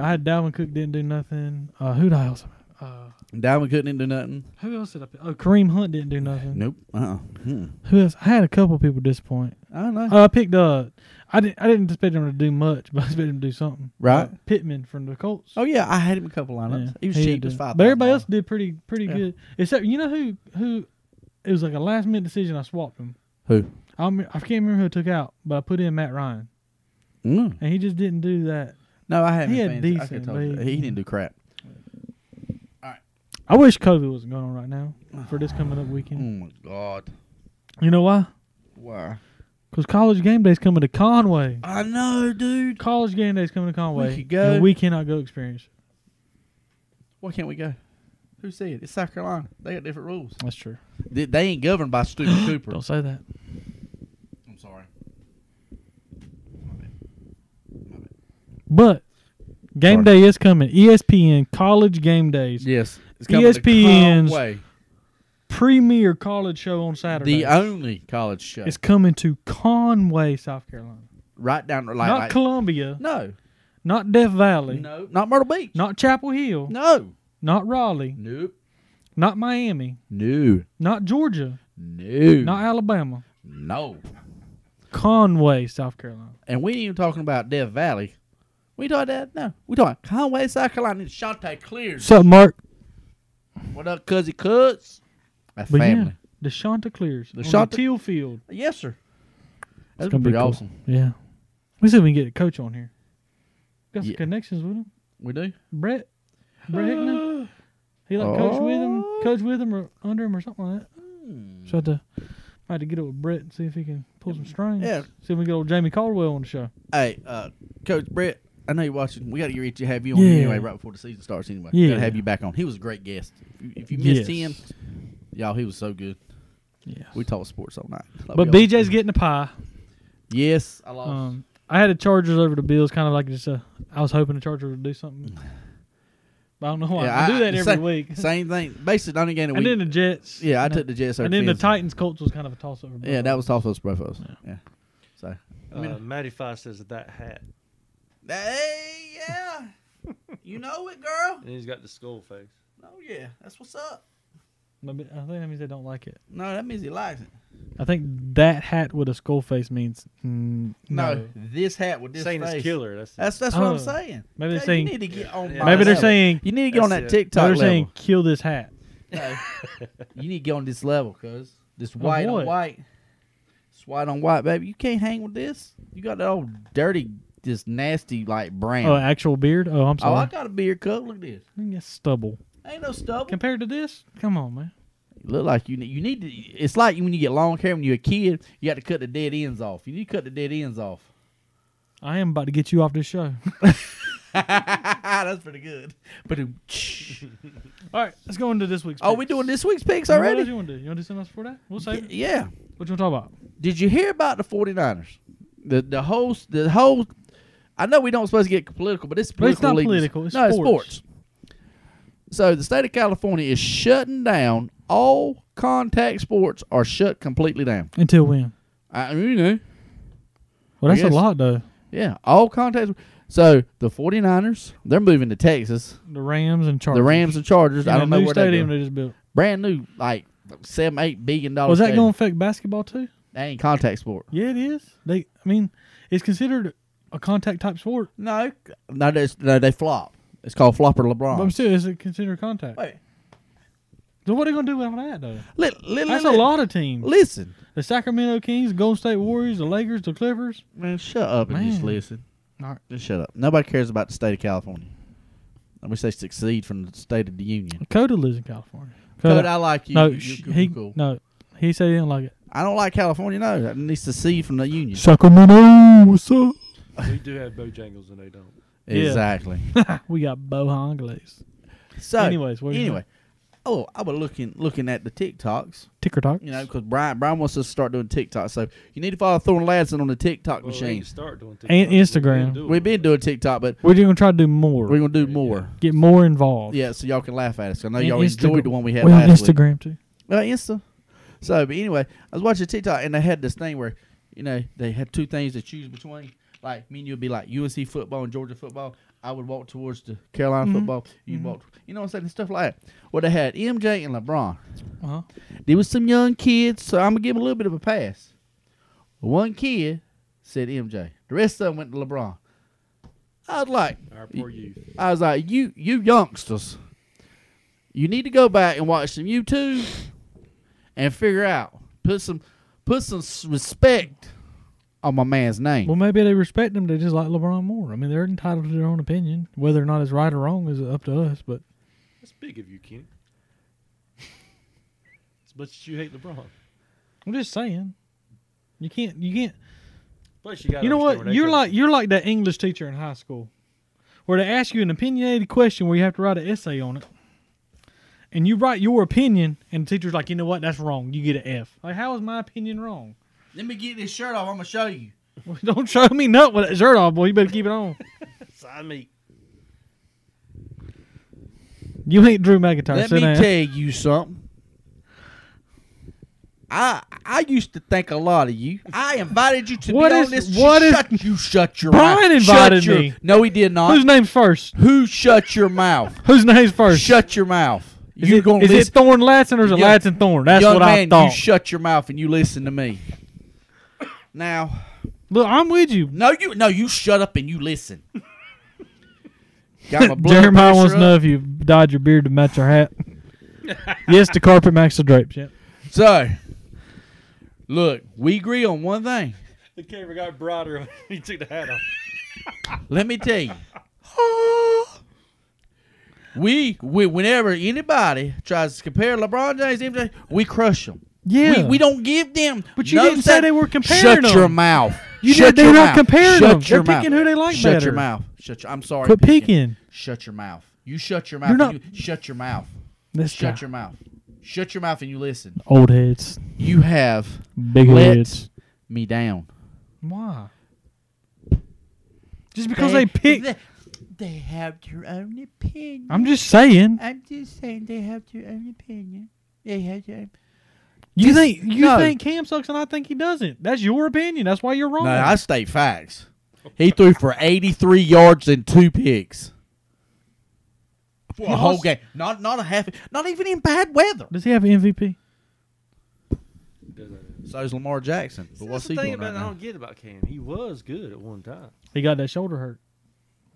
S3: I had Dalvin Cook didn't do nothing. Uh, who did I else? Uh,
S2: Dalvin Cook didn't do nothing.
S3: who else did I? Pick? Oh, Kareem Hunt didn't do nothing.
S2: Nope. Uh. uh
S3: Who else? I had a couple people disappoint.
S2: I don't know.
S3: Uh, I picked. Uh, I didn't. I didn't expect him to do much, [LAUGHS] but I expected him to do something.
S2: Right.
S3: Uh, Pittman from the Colts.
S2: oh yeah, I had him a couple lineups.
S3: Yeah,
S2: he was
S3: didn't
S2: cheap
S3: do
S2: as
S3: it.
S2: five.
S3: But everybody else did pretty pretty
S2: Yeah.
S3: good. Except you know who who, it was like a last minute decision. I swapped him.
S2: Who?
S3: I don't, me- I can't remember who I took out, but I put in Matt Ryan,
S2: Mm.
S3: and he just didn't do that.
S2: No, I had.
S3: He
S2: him
S3: had
S2: fancy. I could've
S3: decent
S2: told you that.
S3: league.
S2: He didn't do crap.
S3: I wish COVID wasn't going on right now for this coming up weekend.
S2: Oh my god,
S3: You know why?
S2: why?
S3: Because college game day's coming to Conway.
S2: I know, dude.
S3: College game day's coming to Conway.
S2: could go.
S3: And we cannot go experience. it.
S2: Why can't we go? Who said it's South Carolina? They got different rules.
S3: That's true.
S2: They, they ain't governed by stupid Cooper.
S3: [CLEARS THROAT] Don't say that.
S2: I'm sorry.
S3: But game
S2: Sorry.
S3: day is coming. E ESPN college game days.
S2: Yes, it's
S3: E ESPN's
S2: way.
S3: Premier college show on Saturday.
S2: The only college show.
S3: it's coming to Conway, South Carolina.
S2: right down the
S3: not
S2: line.
S3: Columbia.
S2: No,
S3: Not Death Valley.
S2: no, not Myrtle Beach.
S3: Not Chapel Hill.
S2: No,
S3: Not Raleigh.
S2: nope,
S3: Not Miami.
S2: no,
S3: Not Georgia.
S2: no,
S3: Not Alabama.
S2: no.
S3: Conway, South Carolina.
S2: And we ain't even talking about Death Valley. We talking that no. We talking Conway, South Carolina, and Shante Clears.
S3: What's up, Mark?
S2: what up, cousin Cuts? A
S3: But
S2: family.
S3: yeah, the Chanticleers.
S2: The
S3: on
S2: Shanta-
S3: the Teal Field.
S2: Yes, sir. That's
S3: gonna
S2: pretty
S3: be cool.
S2: awesome.
S3: Yeah. Let's see if we can get a coach on here. Got some
S2: Yeah.
S3: connections with him.
S2: We do.
S3: Brett. Brett Hickman. [GASPS] He like coached with him, coached with him or under him or something like that. So I had to, I had to get up with Brett and see if he can pull some strings.
S2: Yeah.
S3: See if we can get old Jamie Caldwell on the show.
S2: Hey, uh, Coach Brett, I know you're watching. We got to get ready to have you on
S3: Yeah.
S2: anyway, right before the season starts. Anyway,
S3: Yeah.
S2: got to have you back on. He was a great guest. If you, if you missed
S3: Yes.
S2: him, y'all, he was so good.
S3: Yes.
S2: We talked sports all night. Like
S3: but
S2: we always
S3: BJ's
S2: do.
S3: getting a pie.
S2: yes, I lost.
S3: Um, I had the Chargers over the Bills, kind of like just a. I was hoping the Chargers would
S2: [SIGHS]
S3: do something. But I don't know why
S2: Yeah,
S3: I, do
S2: I- [LAUGHS]
S3: that every
S2: same-
S3: week.
S2: Same thing. Basically, the only game that
S3: And
S2: we.
S3: then the Jets.
S2: yeah, I
S3: And
S2: took the Jets. over
S3: And then the
S2: Kansas.
S3: Titans Colts was kind of a toss up.
S2: Yeah, that was also Brofos. Yeah. So
S4: Uh, Matty Five says that that hat.
S2: Hey, yeah. you know it, girl. [LAUGHS]
S4: And he's got the skull face.
S2: Oh, yeah. That's what's up.
S3: Maybe- I think that means they don't like it.
S2: No, that means he likes it.
S3: I think that hat with a skull face means mm,
S2: No,
S3: no.
S2: this hat with this
S4: Saying
S2: face.
S4: it's killer. That's,
S2: That's that's what
S3: Oh.
S2: I'm saying.
S3: Maybe they're
S2: Yeah,
S3: saying
S2: you need to get on.
S4: yeah.
S2: my
S3: maybe they're
S2: level.
S3: saying
S2: you need to get on that
S4: That's it.
S2: TikTok
S3: they're
S2: level.
S3: saying kill this hat.
S2: No. you need to get on this level, cuz. This white on
S3: what?
S2: white. This white on white, baby. You can't hang with this. You got that old dirty, this nasty, like, brown.
S3: Oh, actual beard. Oh, I'm
S2: oh, I
S3: sorry.
S2: got a beard cut. Look at this.
S3: I think that's stubble
S2: Ain't no stubble.
S3: compared to this. Come on, man.
S2: You look like you need, you need to. It's like when you get long hair when you're a kid, you got to cut the dead ends off. You need to cut the dead ends
S3: [LAUGHS]
S2: off. [LAUGHS]
S3: I am about to get you off this show.
S2: That's pretty good. But it-
S3: [LAUGHS] All right, let's go into this week's.
S2: oh, we
S3: picks.
S2: doing this week's picks
S3: You know What else
S2: already?
S3: you want to do? You want to do something else before that? We'll save
S2: Y-
S3: it.
S2: Yeah.
S3: What you want to talk about?
S2: Did you hear about the 49ers? The the whole the whole. I know we don't supposed to get political, but it's
S3: But it's
S2: political.
S3: not
S2: leading-
S3: political, it's
S2: no,
S3: sports.
S2: it's sports. So the state of California is shutting down all contact sports are shut completely down.
S3: Until when?
S2: I eh. you know.
S3: Well,
S2: I
S3: that's a
S2: guess-
S3: lot though.
S2: Yeah, all contacts. So the 49ers, they're moving to Texas.
S3: The Rams and Chargers.
S2: The Rams and Chargers, I
S3: And
S2: don't
S3: that
S2: know
S3: new
S2: where they're
S3: stadium
S2: going.
S3: they just built.
S2: Brand new, like seven, eight billion dollars.
S3: Was that going to affect basketball too?
S2: That ain't contact sport.
S3: Yeah, it is. They, I mean, it's considered a contact type sport,
S2: No, no, that's, no, they flop. It's called flopper LeBron.
S3: but I'm still, is it considered contact?
S2: Wait,
S3: So what are they going to do with all that though?
S2: li- li-
S3: That's
S2: li-
S3: a lot of teams.
S2: Listen,
S3: The Sacramento Kings, the Golden State Warriors, the Lakers, the Clippers.
S2: man, shut up and just
S3: Man.
S2: listen.
S3: All right.
S2: Just shut up. Nobody cares about the state of California. I wish they succeed from the state of the union.
S3: Coda lives in California.
S2: Code, I like you.
S3: no,
S2: You-
S3: sh-
S2: you're
S3: he
S2: cool.
S3: no, he said he didn't like it.
S2: I don't like California. No, that needs to see from the union.
S3: Sacramento, what's up?
S4: [LAUGHS] we do have Bojangles and they don't.
S3: Yeah.
S2: Exactly.
S3: We got Bohangles.
S2: So,
S3: Anyways, what are you
S2: anyway, oh, I was looking looking at the TikToks,
S3: Ticker talk.
S2: you know, because Brian Brian wants us to start doing TikTok. So you need to follow Thorn Ladson on the TikTok
S4: Well, we
S2: machine.
S4: can start doing
S3: And Instagram.
S2: We've been doing TikTok, but
S3: We're gonna try to do more.
S2: we're gonna do more.
S3: get more involved.
S2: Yeah, so y'all can laugh at us. I know
S3: And
S2: y'all
S3: Instagram.
S2: enjoyed the one we had
S3: We're on
S2: last week.
S3: Instagram too.
S2: Uh, Insta. So, but anyway, I was watching TikTok and they had this thing where, you know, they had two things to choose between. Like me and you would be like UNC football and Georgia football. I would walk towards the Carolina football. You walk, you know what I'm saying, stuff like that. Well, they had MJ and LeBron.
S3: Uh-huh.
S2: There was some young kids, so I'm gonna give them a little bit of a pass. One kid said MJ. The rest of them went to LeBron. I was like,
S4: Our poor youth.
S2: I was like, you you youngsters, you need to go back and watch some YouTube and figure out put some put some s- respect on my man's
S3: Well,
S2: name.
S3: maybe they respect him. They just like LeBron more. I mean, they're entitled to their own opinion. Whether or not it's right or wrong is up to us. But
S4: That's big of you, Kenny. As much as you hate LeBron.
S3: I'm just saying, you can't. You can't.
S4: Plus, you got.
S3: You know what? You're like you're like that English teacher in high school, where they ask you an opinionated question where you have to write an essay on it, and you write your opinion, and the teacher's like, you know what? That's wrong. You get an F. Like, how is my opinion wrong? [LAUGHS]
S2: Let me get this shirt off. I'm gonna show you.
S3: Well, Don't show me nothing with that shirt off, boy. You better keep it
S2: [LAUGHS]
S3: on.
S4: Sign me.
S3: You ain't Drew McIntyre.
S2: Let
S3: sit
S2: me
S3: down.
S2: tell you something. I I used to think a lot of you. I invited you to
S3: What
S2: be
S3: is-
S2: on this.
S3: what is-
S2: shut, you shut your mouth.
S3: Brian invited
S2: Shut your-
S3: me.
S2: No, he did not.
S3: Whose name's first?
S2: Who shut your mouth?
S3: Whose name's first?
S2: Shut your mouth.
S3: Is
S2: You're
S3: it,
S2: gonna
S3: is
S2: listen.
S3: it Thorn Latson or is it
S2: Young-
S3: Latson Thorn? That's
S2: Young
S3: what
S2: man,
S3: I thought.
S2: You shut your mouth and you listen to me. Now,
S3: Look, I'm with you.
S2: no, you no, you shut up and you listen. Got
S3: [LAUGHS]
S2: my blood
S3: Jeremiah wants
S2: pressure
S3: to
S2: up.
S3: know if you dyed your beard to match
S2: [LAUGHS]
S3: your hat. yes, the carpet matches the drapes. Yeah.
S2: So, look, we agree on one thing.
S4: The camera got broader [LAUGHS] when he took the hat off.
S2: Let me tell you. [LAUGHS] We, we whenever anybody tries to compare LeBron James, MJ, we crush them.
S3: Yeah.
S2: We, we don't give them.
S3: But you
S2: no
S3: didn't say
S2: sat-
S3: they were comparing
S2: Shut your
S3: them.
S2: mouth.
S3: You
S2: Shut
S3: did- they're
S2: your
S3: not
S2: mouth.
S3: comparing
S2: Shut
S3: them.
S2: Your
S3: They're
S2: mouth.
S3: picking who they like
S2: Shut
S3: better.
S2: your mouth. Shut your. I'm sorry.
S3: Quit picking.
S2: Shut your mouth. You shut your mouth.
S3: You're
S2: and
S3: not-
S2: you- shut your mouth.
S3: This
S2: Shut
S3: guy.
S2: your mouth. Shut your mouth and you listen.
S3: old heads,
S2: You have
S3: big
S2: Let-
S3: heads.
S2: me down.
S3: Why? Just because they, pick.
S2: They, they have their own opinion.
S3: I'm just saying.
S2: I'm just saying they have their own opinion. They have their.
S3: You
S2: Just-
S3: think you
S2: no.
S3: think Cam sucks, and I think he doesn't. That's your opinion. That's why you're wrong.
S2: No, I state facts. He threw for 83 yards and two picks. The whole game, not not a half, not even in bad weather.
S3: Does he have an MVP?
S2: So is Lamar Jackson, but what's he
S4: the thing
S2: doing
S4: about
S2: right
S4: I
S2: now?
S4: don't get about Cam. He was good at one time.
S3: He got that shoulder hurt.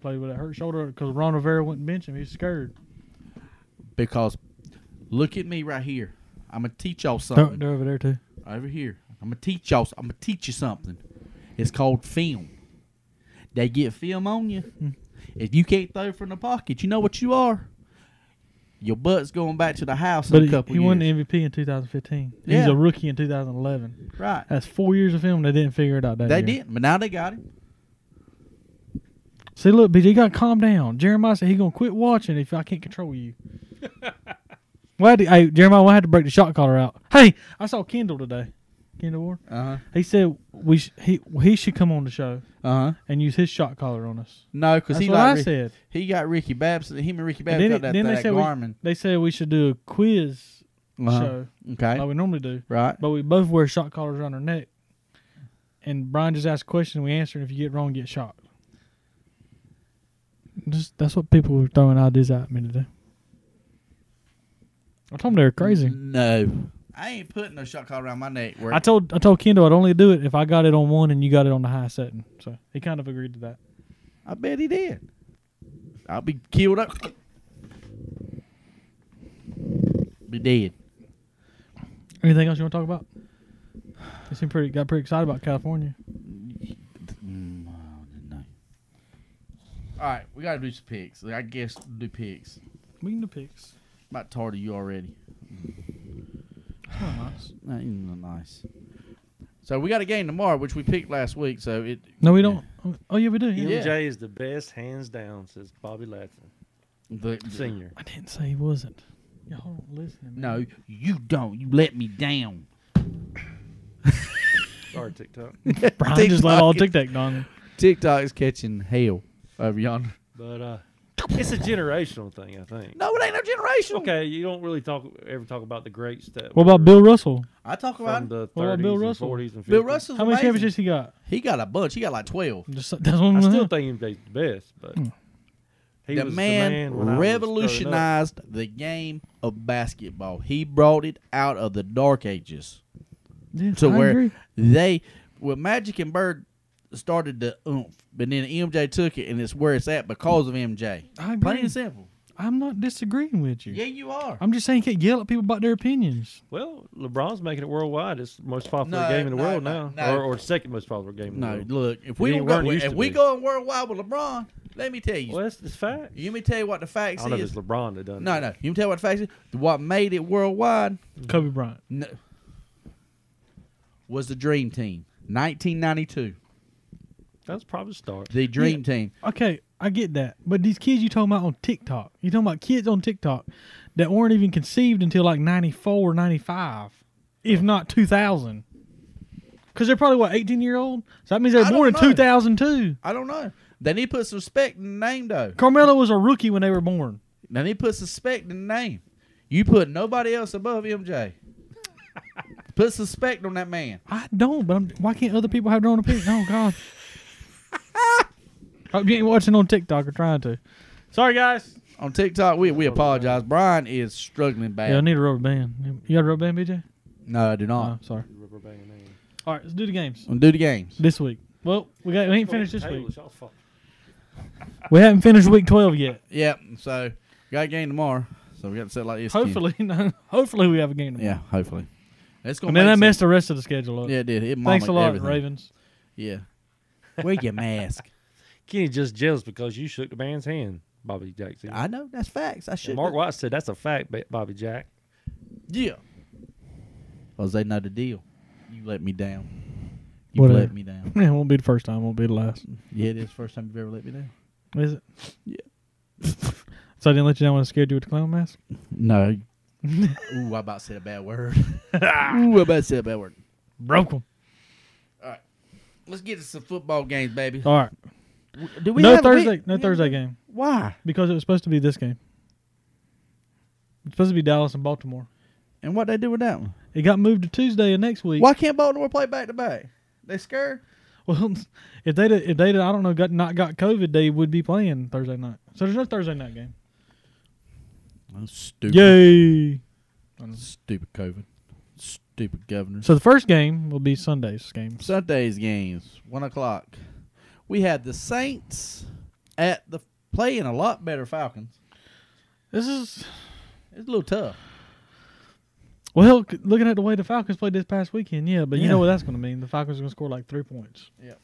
S3: Played with that hurt shoulder because Ron Rivera wouldn't bench him. He was scared.
S2: Because look at me right here. I'm gonna teach y'all
S3: They're,
S2: something
S3: they're over there too.
S2: over here. I'm gonna teach y'all. I'm gonna teach you something. It's called film. They get film on you.
S3: Hmm.
S2: If you can't throw from the pocket, you know what you are. Your butt's going back to the house
S3: But
S2: in a
S3: he,
S2: couple
S3: he
S2: years.
S3: won the MVP in 2015. He's
S2: Yeah.
S3: a rookie in 2011.
S2: right.
S3: That's four years of film. They didn't figure it out. That
S2: They
S3: year.
S2: didn't, but now they got him.
S3: See, look, BJ, you got to calm down. Jeremiah said he gonna quit watching if I can't
S2: [LAUGHS]
S3: control you. well, I had to- hey, Jeremiah, well, I had to break the shot caller out. Hey, I saw Kendall today. Kendall Ward.
S2: Uh huh.
S3: He said we sh- he he should come on the show
S2: Uh huh.
S3: and use his shot caller on us.
S2: No, because
S3: That's
S2: he
S3: what
S2: like
S3: I
S2: Rick-
S3: said.
S2: he got Ricky Babs. Him and Ricky
S3: And
S2: Babs
S3: then
S2: got
S3: it-
S2: that,
S3: then they
S2: that
S3: said we-
S2: Garmin.
S3: They said we should do a quiz
S2: Uh-huh.
S3: show
S2: Okay.
S3: like we normally do,
S2: right.
S3: but we both wear shot collars around our neck. And Brian just asked a question, we answer, and if you get it wrong, get shot. Just that's what people were throwing ideas at me today. I told them they were crazy.
S2: Mm-hmm. No. I ain't putting no shot collar around my neck. Where
S3: I told I told Kendall I'd only do it if I got it on one and you got it on the high setting. So he kind of agreed to that.
S2: I bet he did. I'll be killed up. Be dead.
S3: Anything else you want to talk about? You seem pretty got pretty excited about California.
S2: Mm, oh, no. All right, we gotta do some picks. I guess do picks.
S3: We can do picks.
S2: About tired of you already.
S3: Nice.
S2: Not even nice. So we got a game tomorrow, which we picked last week. So it
S3: No, we don't. Oh yeah, we do. Yeah.
S2: Yeah.
S4: MJ is the best, hands down, says Bobby Latson,
S2: the,
S4: senior.
S3: I didn't say he wasn't. Y'all don't listen. man.
S2: no, you don't. You let me down. [LAUGHS]
S4: Sorry, TikTok.
S3: Brian just let all
S2: TikTok.
S3: TikTok dong.
S2: TikTok is catching hell over yonder.
S4: But uh, it's a generational thing, I think.
S2: No, it ain't no generation.
S4: Okay, you don't really talk ever talk about the greats that.
S3: What about
S4: were
S3: Bill Russell?
S2: I talk
S4: From
S2: about
S4: the
S3: What about
S4: 30s
S3: Bill
S4: and
S3: Russell?
S4: 40s and 50s.
S2: Bill Russell.
S3: How many championships he got?
S2: He got a bunch. He got like twelve.
S3: Just that's one.
S4: I still think MJ's the best, but
S3: Hmm.
S4: he
S2: the
S4: was
S2: man,
S4: the man when I was growing up.
S2: revolutionized the game of basketball. He brought it out of the dark ages
S3: yeah,
S2: to
S3: I
S2: where
S3: agree.
S2: they, well, Magic and Bird started the oomph, but then MJ took it, and it's where it's at because of MJ.
S3: I
S2: Plain
S3: agree.
S2: and simple.
S3: I'm not disagreeing with you.
S2: Yeah, you are.
S3: I'm just saying you can't yell at people about their opinions.
S4: Well, LeBron's making it worldwide. It's the most popular
S2: No,
S4: game in the
S2: no,
S4: world
S2: no,
S4: now,
S2: no.
S4: or, or second most popular game.
S2: No,
S4: in the world.
S2: look, if we
S4: It
S2: don't
S4: ain't
S2: go,
S4: where it used
S2: if
S4: to
S2: we
S4: be.
S2: going worldwide with LeBron, let me tell you.
S4: well, that's the fact.
S2: You let me tell you what the
S4: I
S2: facts
S4: don't know if it's
S2: is.
S4: LeBron that done.
S2: No,
S4: it.
S2: no. You let me tell you what the facts is. What made it worldwide
S3: Kobe Bryant.
S2: No. Was the Dream Team. 1992.
S4: That's probably the start.
S2: The Dream Team.
S3: Okay, I get that, but these kids you talking about on TikTok, you talking about kids on TikTok that weren't even conceived until like 94 or 95, if not 2000. Because they're probably what 18 year old, so that means they're
S2: I
S3: born in
S2: don't know.
S3: 2002.
S2: I don't know. They need to put some respect in the name, though.
S3: Carmelo was a rookie when they were born.
S2: They need to put suspect in the name. You put nobody else above MJ. [LAUGHS] put suspect on that man.
S3: I don't, but I'm, why can't other people have their own opinion? Oh [LAUGHS] God. I hope you ain't watching on TikTok or trying to. Sorry guys.
S2: On TikTok, we, we apologize. Brian is struggling bad.
S3: Yeah, I need a rubber band. You got a rubber band, BJ?
S2: no, I do
S3: Oh,
S2: not.
S3: sorry.
S4: Rubber band name.
S3: All right, let's do the games
S2: Do the games.
S3: this week. Well, we got we ain't finished this
S4: Hey,
S3: week.
S4: y'all fuck.
S3: We haven't finished week twelve yet.
S2: Yep. So, got a game tomorrow. So, we got to set like this. again.
S3: [LAUGHS] Hopefully, no, hopefully we have a game tomorrow.
S2: Yeah, hopefully. It's gonna
S3: And then
S2: make
S3: I
S2: some-
S3: messed the rest of the schedule up.
S2: Yeah, it did. It
S3: Thanks
S2: mummied
S3: a lot,
S2: everything.
S3: Ravens.
S2: Yeah. Wear your mask.
S4: Kenny just jealous because you shook the man's hand, Bobby Jackson.
S2: I know that's facts. I should.
S4: Mark White said that's a fact, Ba- Bobby Jack.
S2: Yeah. Cause they know the deal. You let me down. You
S3: Whatever.
S2: let me down.
S3: Yeah, [LAUGHS] it won't be the first time. Won't be the last.
S2: Yeah, it is the first time you've ever let me down.
S3: Is it?
S2: Yeah.
S3: [LAUGHS] so I didn't let you down when I scared you with the clown mask.
S2: No. [LAUGHS] Ooh, I about said a bad
S3: [LAUGHS]
S2: word. Ooh, I about said a bad word.
S3: Broke him.
S2: Let's get to some football games, baby.
S3: All right.
S2: Uh, Do
S3: no
S2: have a week?
S3: Thursday. No Thursday game
S2: Why?
S3: because it was supposed to be this game. It's supposed to be Dallas and Baltimore.
S2: And what they do with that one?
S3: It got moved to Tuesday of next week.
S2: Why can't Baltimore play back to back? They scared?
S3: [LAUGHS] Well, if they'd if they'd I don't know got not got COVID, they would be playing Thursday night. So there's no Thursday night game.
S2: That's stupid.
S3: Yay!
S2: Stupid COVID. Stupid governors.
S3: So the first game will be Sunday's game.
S2: Sunday's games, one o'clock. We had the Saints at the playing a lot better Falcons.
S3: This is
S2: It's a little tough.
S3: well c- looking at the way the Falcons played this past weekend. Yeah, but you know
S2: Yeah.
S3: what that's going to mean. The Falcons are going to score like three points.
S2: Yep.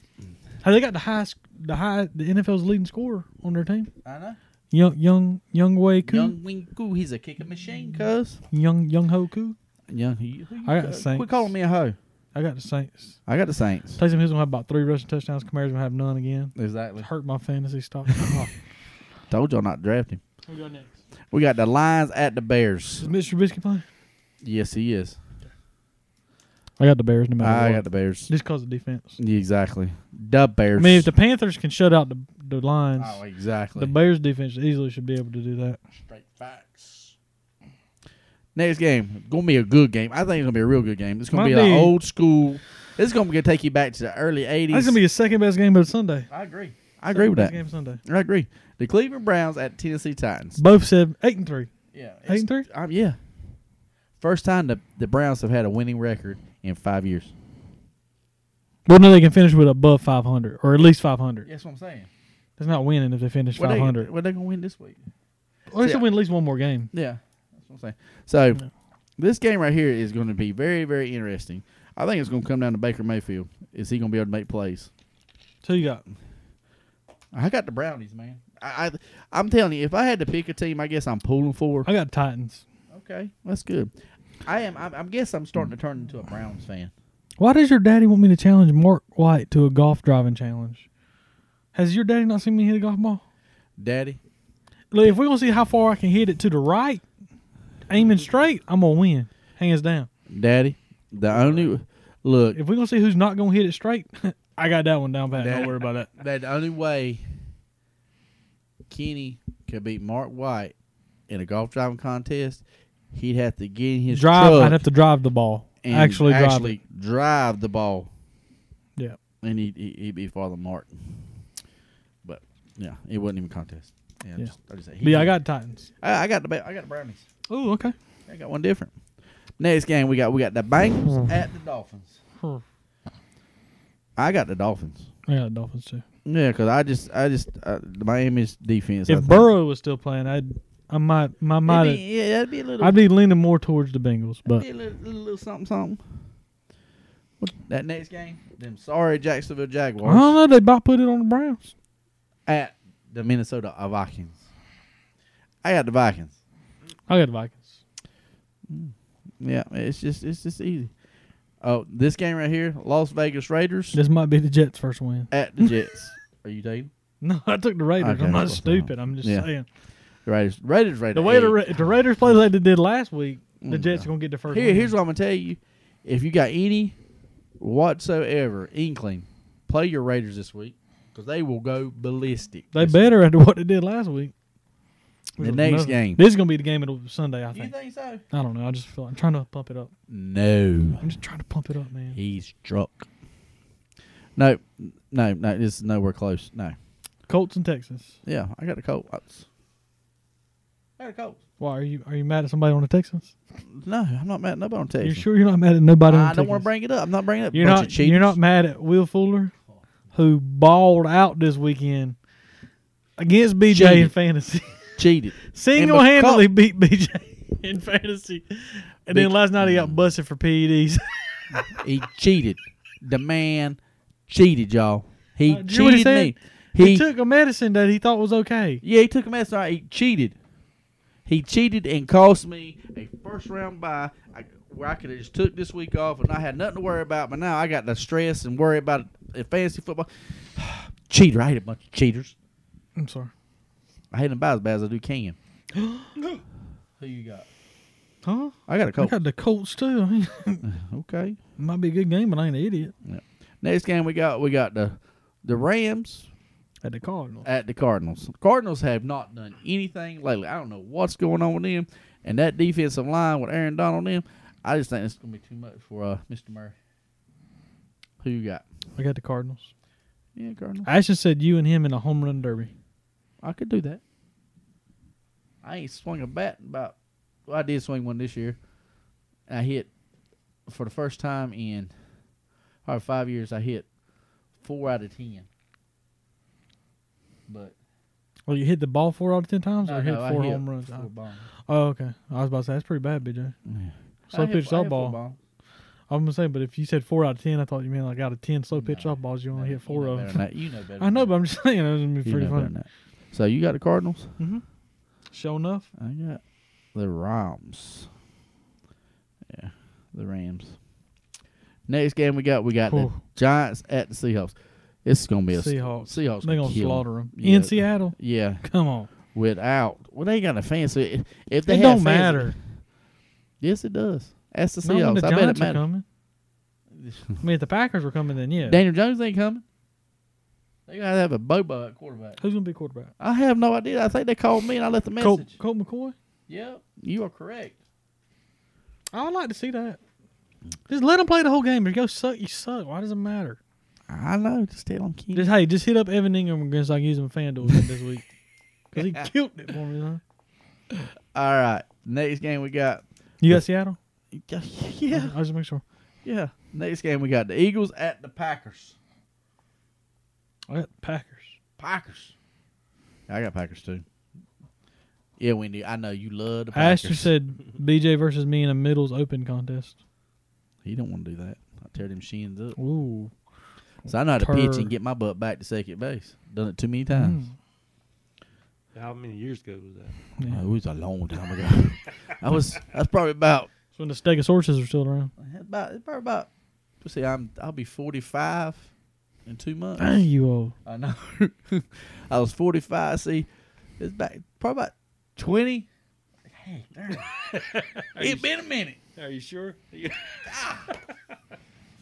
S3: Hey, they got the highest the high the NFL's leading scorer on their team.
S2: I know.
S3: Young young young Wei Koo. Young
S2: Young Wing Koo, he's a kicking machine, cuz.
S3: young, Ho Koo.
S2: Young, who you, who you
S3: I got the
S2: call-
S3: Saints.
S2: Quit calling me a hoe.
S3: I got the Saints.
S2: I got the Saints.
S3: Taysom Hill's gonna have about three rushing touchdowns. Kamara's gonna have none again.
S2: Exactly.
S3: Hurt my fantasy [LAUGHS] stock.
S2: Told y'all not to draft him.
S3: we go next.
S2: We got the Lions at the
S3: Is
S2: Bears.
S3: Mr. Trubisky playing?
S2: Yes, he is.
S3: I got the Bears no matter
S2: I
S3: what.
S2: got the Bears.
S3: Just cause of defense.
S2: Yeah, exactly. The
S3: I
S2: Bears.
S3: mean, if the Panthers can shut out the the Lions,
S2: oh, exactly.
S3: the Bears defense easily should be able to do that.
S2: Straight facts. Next game, gonna be a good game. I think it's gonna be a real good game. It's gonna
S3: Might
S2: be, an
S3: be.
S2: old school. It's gonna be- take you back to the early eighties.
S3: That's gonna be the second best game of Sunday.
S2: I agree. I agree with
S3: Second best
S2: that.
S3: Game of Sunday.
S2: I agree. The Cleveland Browns at Tennessee Titans.
S3: Both said eight and three.
S2: Yeah,
S3: Eight and three.
S2: Um, yeah. First time the the Browns have had a winning record in five years.
S3: Well, no, they can finish with above five hundred or at least five hundred.
S2: That's what I'm saying.
S3: That's not winning if they finish
S2: What
S3: five
S2: they,
S3: hundred.
S2: what they gonna win this week?
S3: Or they
S2: See,
S3: should win at least one more game.
S2: Yeah, that's what I'm saying. So
S3: Yeah.
S2: this game right here is going to be very, very interesting. I think it's going to come down to Baker Mayfield. Is he going to be able to make plays?
S3: So you got
S2: I got the brownies, man. I, I I'm telling you, if I had to pick a team, I guess I'm pulling for.
S3: I got Titans.
S2: Okay, that's good. I am. I'm, I guess I'm starting to turn into a Browns fan.
S3: Why does your daddy want me to challenge Mark White to a golf driving challenge? Has your daddy not seen me hit a golf ball?
S2: Daddy,
S3: Look, if we're gonna see how far I can hit it to the right, aiming straight, I'm gonna win. Hands down.
S2: daddy, the only look.
S3: If we're gonna see who's not gonna hit it straight, [LAUGHS] I got that one down pat.
S2: Daddy-
S3: Don't worry about that.
S2: that the only way Kenny could beat Mark White in a golf driving contest, he'd have to get in his
S3: drive.
S2: truck
S3: I'd have to drive the ball.
S2: and
S3: actually, drive.
S2: actually drive the ball.
S3: it. Yeah.
S2: and he he he'd be farther than Mark. But yeah, it wasn't even a contest. Yeah,
S3: Yeah.
S2: Just, I just said,
S3: But
S2: he-
S3: yeah, I got Titans.
S2: I, I got the ba- I got the brownies.
S3: Oh, okay.
S2: I got one different. Next game we got we got the Bengals at the Dolphins.
S3: Hmm.
S2: I got the Dolphins.
S3: I got Dolphins too.
S2: Yeah, because I just I just uh, the Miami's defense. I
S3: If
S2: think-
S3: Burrow was still playing, I'd I might my
S2: It'd
S3: might
S2: be, yeah, that'd be a little,
S3: I'd be leaning more towards the Bengals, but
S2: be a little, little, little something something. What- That next game, them sorry Jacksonville
S3: I
S2: Jaguars
S3: don't know. They about put it on the Browns.
S2: at the Minnesota Vikings. I got the Vikings.
S3: I got the Vikings.
S2: Yeah, it's just it's just easy. Oh, this game right here, Las Vegas Raiders
S3: This might be the Jets' first win.
S2: at the Jets. Are you taking
S3: [LAUGHS] No, I took the Raiders.
S2: Okay,
S3: I'm not
S2: that's what I
S3: stupid. I'm just
S2: Yeah.
S3: saying
S2: the Raiders? Raiders Raiders.
S3: the way the, Ra- the Raiders play like they did last week, the
S2: Mm,
S3: Jets
S2: yeah.
S3: are gonna get the first.
S2: here,
S3: win.
S2: here's what I'm gonna tell you: if you got any whatsoever inkling, play your Raiders this week because they will go ballistic.
S3: they
S2: this
S3: better after what they did last week.
S2: week.
S3: Which
S2: The
S3: was
S2: next
S3: nothing.
S2: game.
S3: This is gonna be the game of the Sunday. I
S2: You
S3: think.
S2: think so?
S3: I don't know. I just feel I'm trying to pump it up.
S2: No,
S3: I'm just trying to pump it up, man.
S2: he's drunk. No, no, no. This is nowhere close. No.
S3: Colts and Texas.
S2: Yeah, I got the Colts. I got the Colts.
S3: Why are you are you mad at somebody on the Texans?
S2: No, I'm not mad. Nobody on Texas.
S3: You sure you're not mad at nobody? on
S2: I
S3: the
S2: don't want to
S3: Texans?
S2: bring it up. I'm not bringing it up.
S3: You're
S2: bunch
S3: not.
S2: of cheaters.
S3: You're not mad at Will Fuller, who balled out this weekend against BJ in
S2: Cheated.
S3: fantasy.
S2: cheated.
S3: Single handedly beat BJ [LAUGHS] in fantasy. And then
S2: Big-
S3: last night he
S2: Mm.
S3: got busted for E PEDs.
S2: He cheated. The man cheated, y'all. He
S3: Uh, did you hear what he
S2: cheated me.
S3: [LAUGHS] he,
S2: He,
S3: took a medicine that he thought was okay.
S2: yeah, he took a mess. All right, he cheated. He cheated and cost me a first round buy I, where I could have just took this week off and I had nothing to worry about. But now I got the stress and worry about it, fantasy football. [SIGHS] Cheater. I hate a bunch of cheaters.
S3: I'm sorry.
S2: I hate them about as bad as I do Cam. Who you got?
S3: Huh?
S2: I got a
S3: I
S2: Colt.
S3: got the Colts too. I mean,
S2: Okay.
S3: might be a good game, but I ain't an idiot.
S2: Next game we got we got the the Rams
S3: At the Cardinals.
S2: at the Cardinals. Cardinals have not done anything lately. I don't know what's going on with them and that defensive line with Aaron Donald and them. I just think it's going to be too much for uh, Mr. Murray. Who you got?
S3: I got the Cardinals.
S2: Yeah, Cardinal.
S3: Ashton said you and him in a home run derby.
S2: I could do that. I ain't swung a bat in about. Well, I did swing one this year. I hit for the first time in probably five years. I hit four out of ten. But
S3: Well, you hit the ball four out of ten times, or
S2: no,
S3: you hit
S2: no, I
S3: four home runs.
S2: four bombs.
S3: Oh, okay. I was about to say that's pretty bad, BJ.
S2: Yeah.
S3: Slow
S2: I hit
S3: pitch
S2: four- I hit four
S3: softball.
S2: bombs.
S3: I'm gonna say, but if you said four out of ten, I thought you meant like out of ten slow pitch
S2: No,
S3: softballs, you only
S2: No,
S3: hit four
S2: you know
S3: of
S2: better
S3: them.
S2: than that. You know better.
S3: I know,
S2: than
S3: but I'm just [LAUGHS] saying it was gonna be
S2: that. you
S3: pretty
S2: know better than
S3: fun.
S2: that. So you got the Cardinals.
S3: Mm-hmm. Sure enough,
S2: I got the Rams. Yeah, the Rams. Next game we got, we got the
S3: Whew.
S2: Giants at the Seahawks. It's gonna be a
S3: Seahawks.
S2: Seahawks
S3: They're gonna
S2: kill 'em.
S3: slaughter them
S2: Yeah.
S3: in Seattle.
S2: Yeah,
S3: Come on,
S2: without well, they got a fancy. If, if they
S3: it
S2: had
S3: don't
S2: fans-
S3: matter.
S2: yes, it does. That's the
S3: Not when
S2: Seahawks.
S3: the
S2: I bet it
S3: Giants are
S2: matters.
S3: coming. I mean, if the Packers were coming, then yeah.
S2: Daniel Jones ain't coming. They gotta have a Boba at quarterback.
S3: Who's gonna be quarterback?
S2: I have no idea. I think they called me and I left a message.
S3: Colt, Colt McCoy.
S2: Yep, you are correct.
S3: I would like to see that. Just let them play the whole game. If you go suck, you suck. Why does it matter?
S2: I know. Just tell them, Keith.
S3: Just hey, just hit up Evan Ingram again so I can use him in FanDuel this
S2: [LAUGHS]
S3: week because he killed it for me. Huh?
S2: All right. Next game we got.
S3: You got Seattle?
S2: Yeah. [LAUGHS]
S3: I just make sure.
S2: Yeah. Next game we got the Eagles at the Packers.
S3: I got the Packers.
S2: Packers. I got Packers too. Yeah, Wendy. I know you love the Packers.
S3: Ashton said BJ versus me in a middles open contest.
S2: he don't want to do that. I tear them shins
S3: Oh,
S2: up.
S3: Ooh.
S2: So I know how to pitch
S3: Tur-
S2: and get my butt back to second base. Done it too many times.
S4: How many years ago was that?
S3: Mm, yeah.
S2: Oh, it was a long time ago. [LAUGHS] I was. That's probably about.
S3: It's when the Stegosauruses are still around.
S2: About. It's probably about. Let's see. I'm. I'll be 45 in two months.
S3: Dang you old.
S2: I know. [LAUGHS] I was 45. See, it's back probably about 20. Hey, darn. it been a minute.
S4: Are you sure?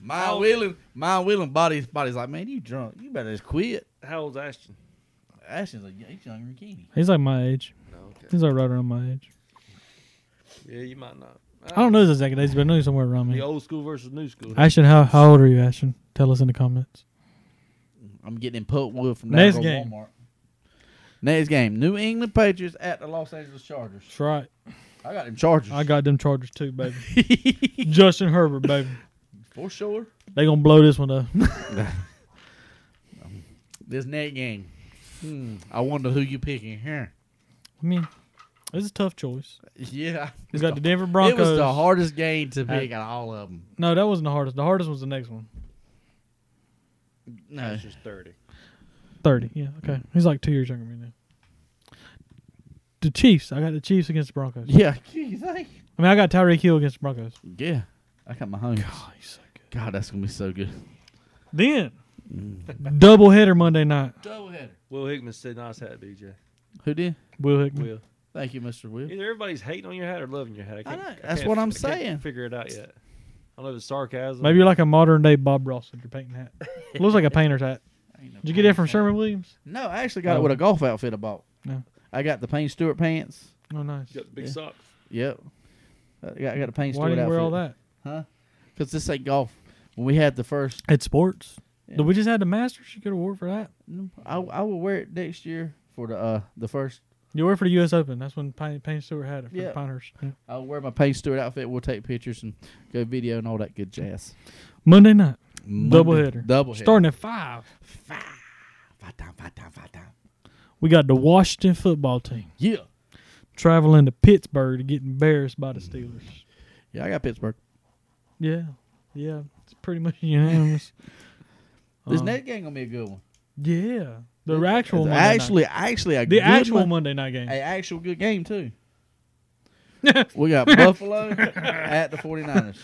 S2: My
S3: Oh.
S2: willing, my willing body, body's like, man, you drunk. You better just quit.
S4: [LAUGHS] How old's Ashton?
S2: Ashton's like, he's younger than Kenny.
S3: He's like my age.
S4: No, okay.
S3: He's like right around my age.
S4: Yeah, you might not.
S3: I don't know his exact age, but I know he's somewhere around
S4: The
S3: me.
S4: old school versus new school.
S3: Ashton, how, how old are you, Ashton? Tell us in the comments.
S2: I'm getting put wood from
S3: Next
S2: down
S3: game.
S2: Walmart. Next game, New England Patriots at the Los Angeles Chargers.
S3: That's right.
S2: I got them Chargers.
S3: I got them Chargers too, baby. Justin Herbert, baby.
S2: for sure.
S3: They gonna blow this one up.
S2: This next game, hmm, I wonder who you picking here. [LAUGHS]
S3: I mean, this is a tough choice.
S2: Yeah,
S3: We got the Denver
S2: it
S3: Broncos.
S2: was the hardest game to pick out of all of them.
S3: no, that wasn't the hardest. The hardest was the next one.
S2: No,
S4: Ashton's 30.
S3: Thirty. Yeah. Okay. He's like two years younger than me now. The Chiefs. I got the Chiefs against the Broncos.
S2: Yeah. Jeez, I,
S3: I mean, I got Tyreek Hill against the Broncos.
S2: yeah. I got my home.
S3: God, he's so good.
S2: God, that's gonna be so good.
S3: Then double header Monday night.
S2: Doubleheader.
S4: Will Hickman said nice hat, BJ.
S2: Who did?
S3: Will Hickman.
S4: Will.
S2: Thank you, Mister Will.
S4: Either everybody's hating on your hat or loving your hat. I
S2: I
S4: can't,
S2: know.
S4: I
S2: That's
S4: can't-
S2: what I'm
S4: I can't
S2: saying.
S4: figure it out yet. I don't know if it's sarcasm.
S3: Maybe you're like a modern day Bob Ross with your painting [LAUGHS] hat. Looks like a painter's hat. Did you get that from Sherman Williams?
S2: No, I actually
S3: Oh.
S2: got it with a golf outfit I bought.
S3: No.
S2: I got the Payne Stewart pants.
S3: Oh, nice.
S4: You got the big
S2: Yeah.
S4: socks.
S2: Yep. I got, I got a Payne
S3: Why
S2: Stewart
S3: do you
S2: outfit.
S3: wear all that?
S2: Because this ain't golf. When we had the first,
S3: It's sports.
S2: Yeah.
S3: Did we just had the Masters? You could have wore it for that.
S2: I, I will wear it next year for the uh the first.
S3: You were for the U.S. Open. That's when Payne, Payne Stewart had it for
S2: Yeah.
S3: the Pinehurst. Yeah.
S2: I'll wear my Payne Stewart outfit. We'll take pictures and go video and all that good jazz.
S3: Monday night,
S2: Monday-
S3: doubleheader.
S2: Double header.
S3: Starting at five,
S2: Five, five time, five time, five time.
S3: we got the Washington football team
S2: Yeah.
S3: traveling to Pittsburgh to get embarrassed by the Steelers.
S2: Yeah, I got Pittsburgh.
S3: Yeah, yeah, it's pretty much [LAUGHS] unanimous.
S2: This
S3: Uh,
S2: next game gonna be a good one.
S3: yeah, the actual
S2: It's
S3: Monday night-
S2: actually, actually, a
S3: the
S2: good
S3: actual
S2: mon-
S3: Monday night game.
S2: a actual good game
S3: [LAUGHS]
S2: too. we got Buffalo at the 49ers.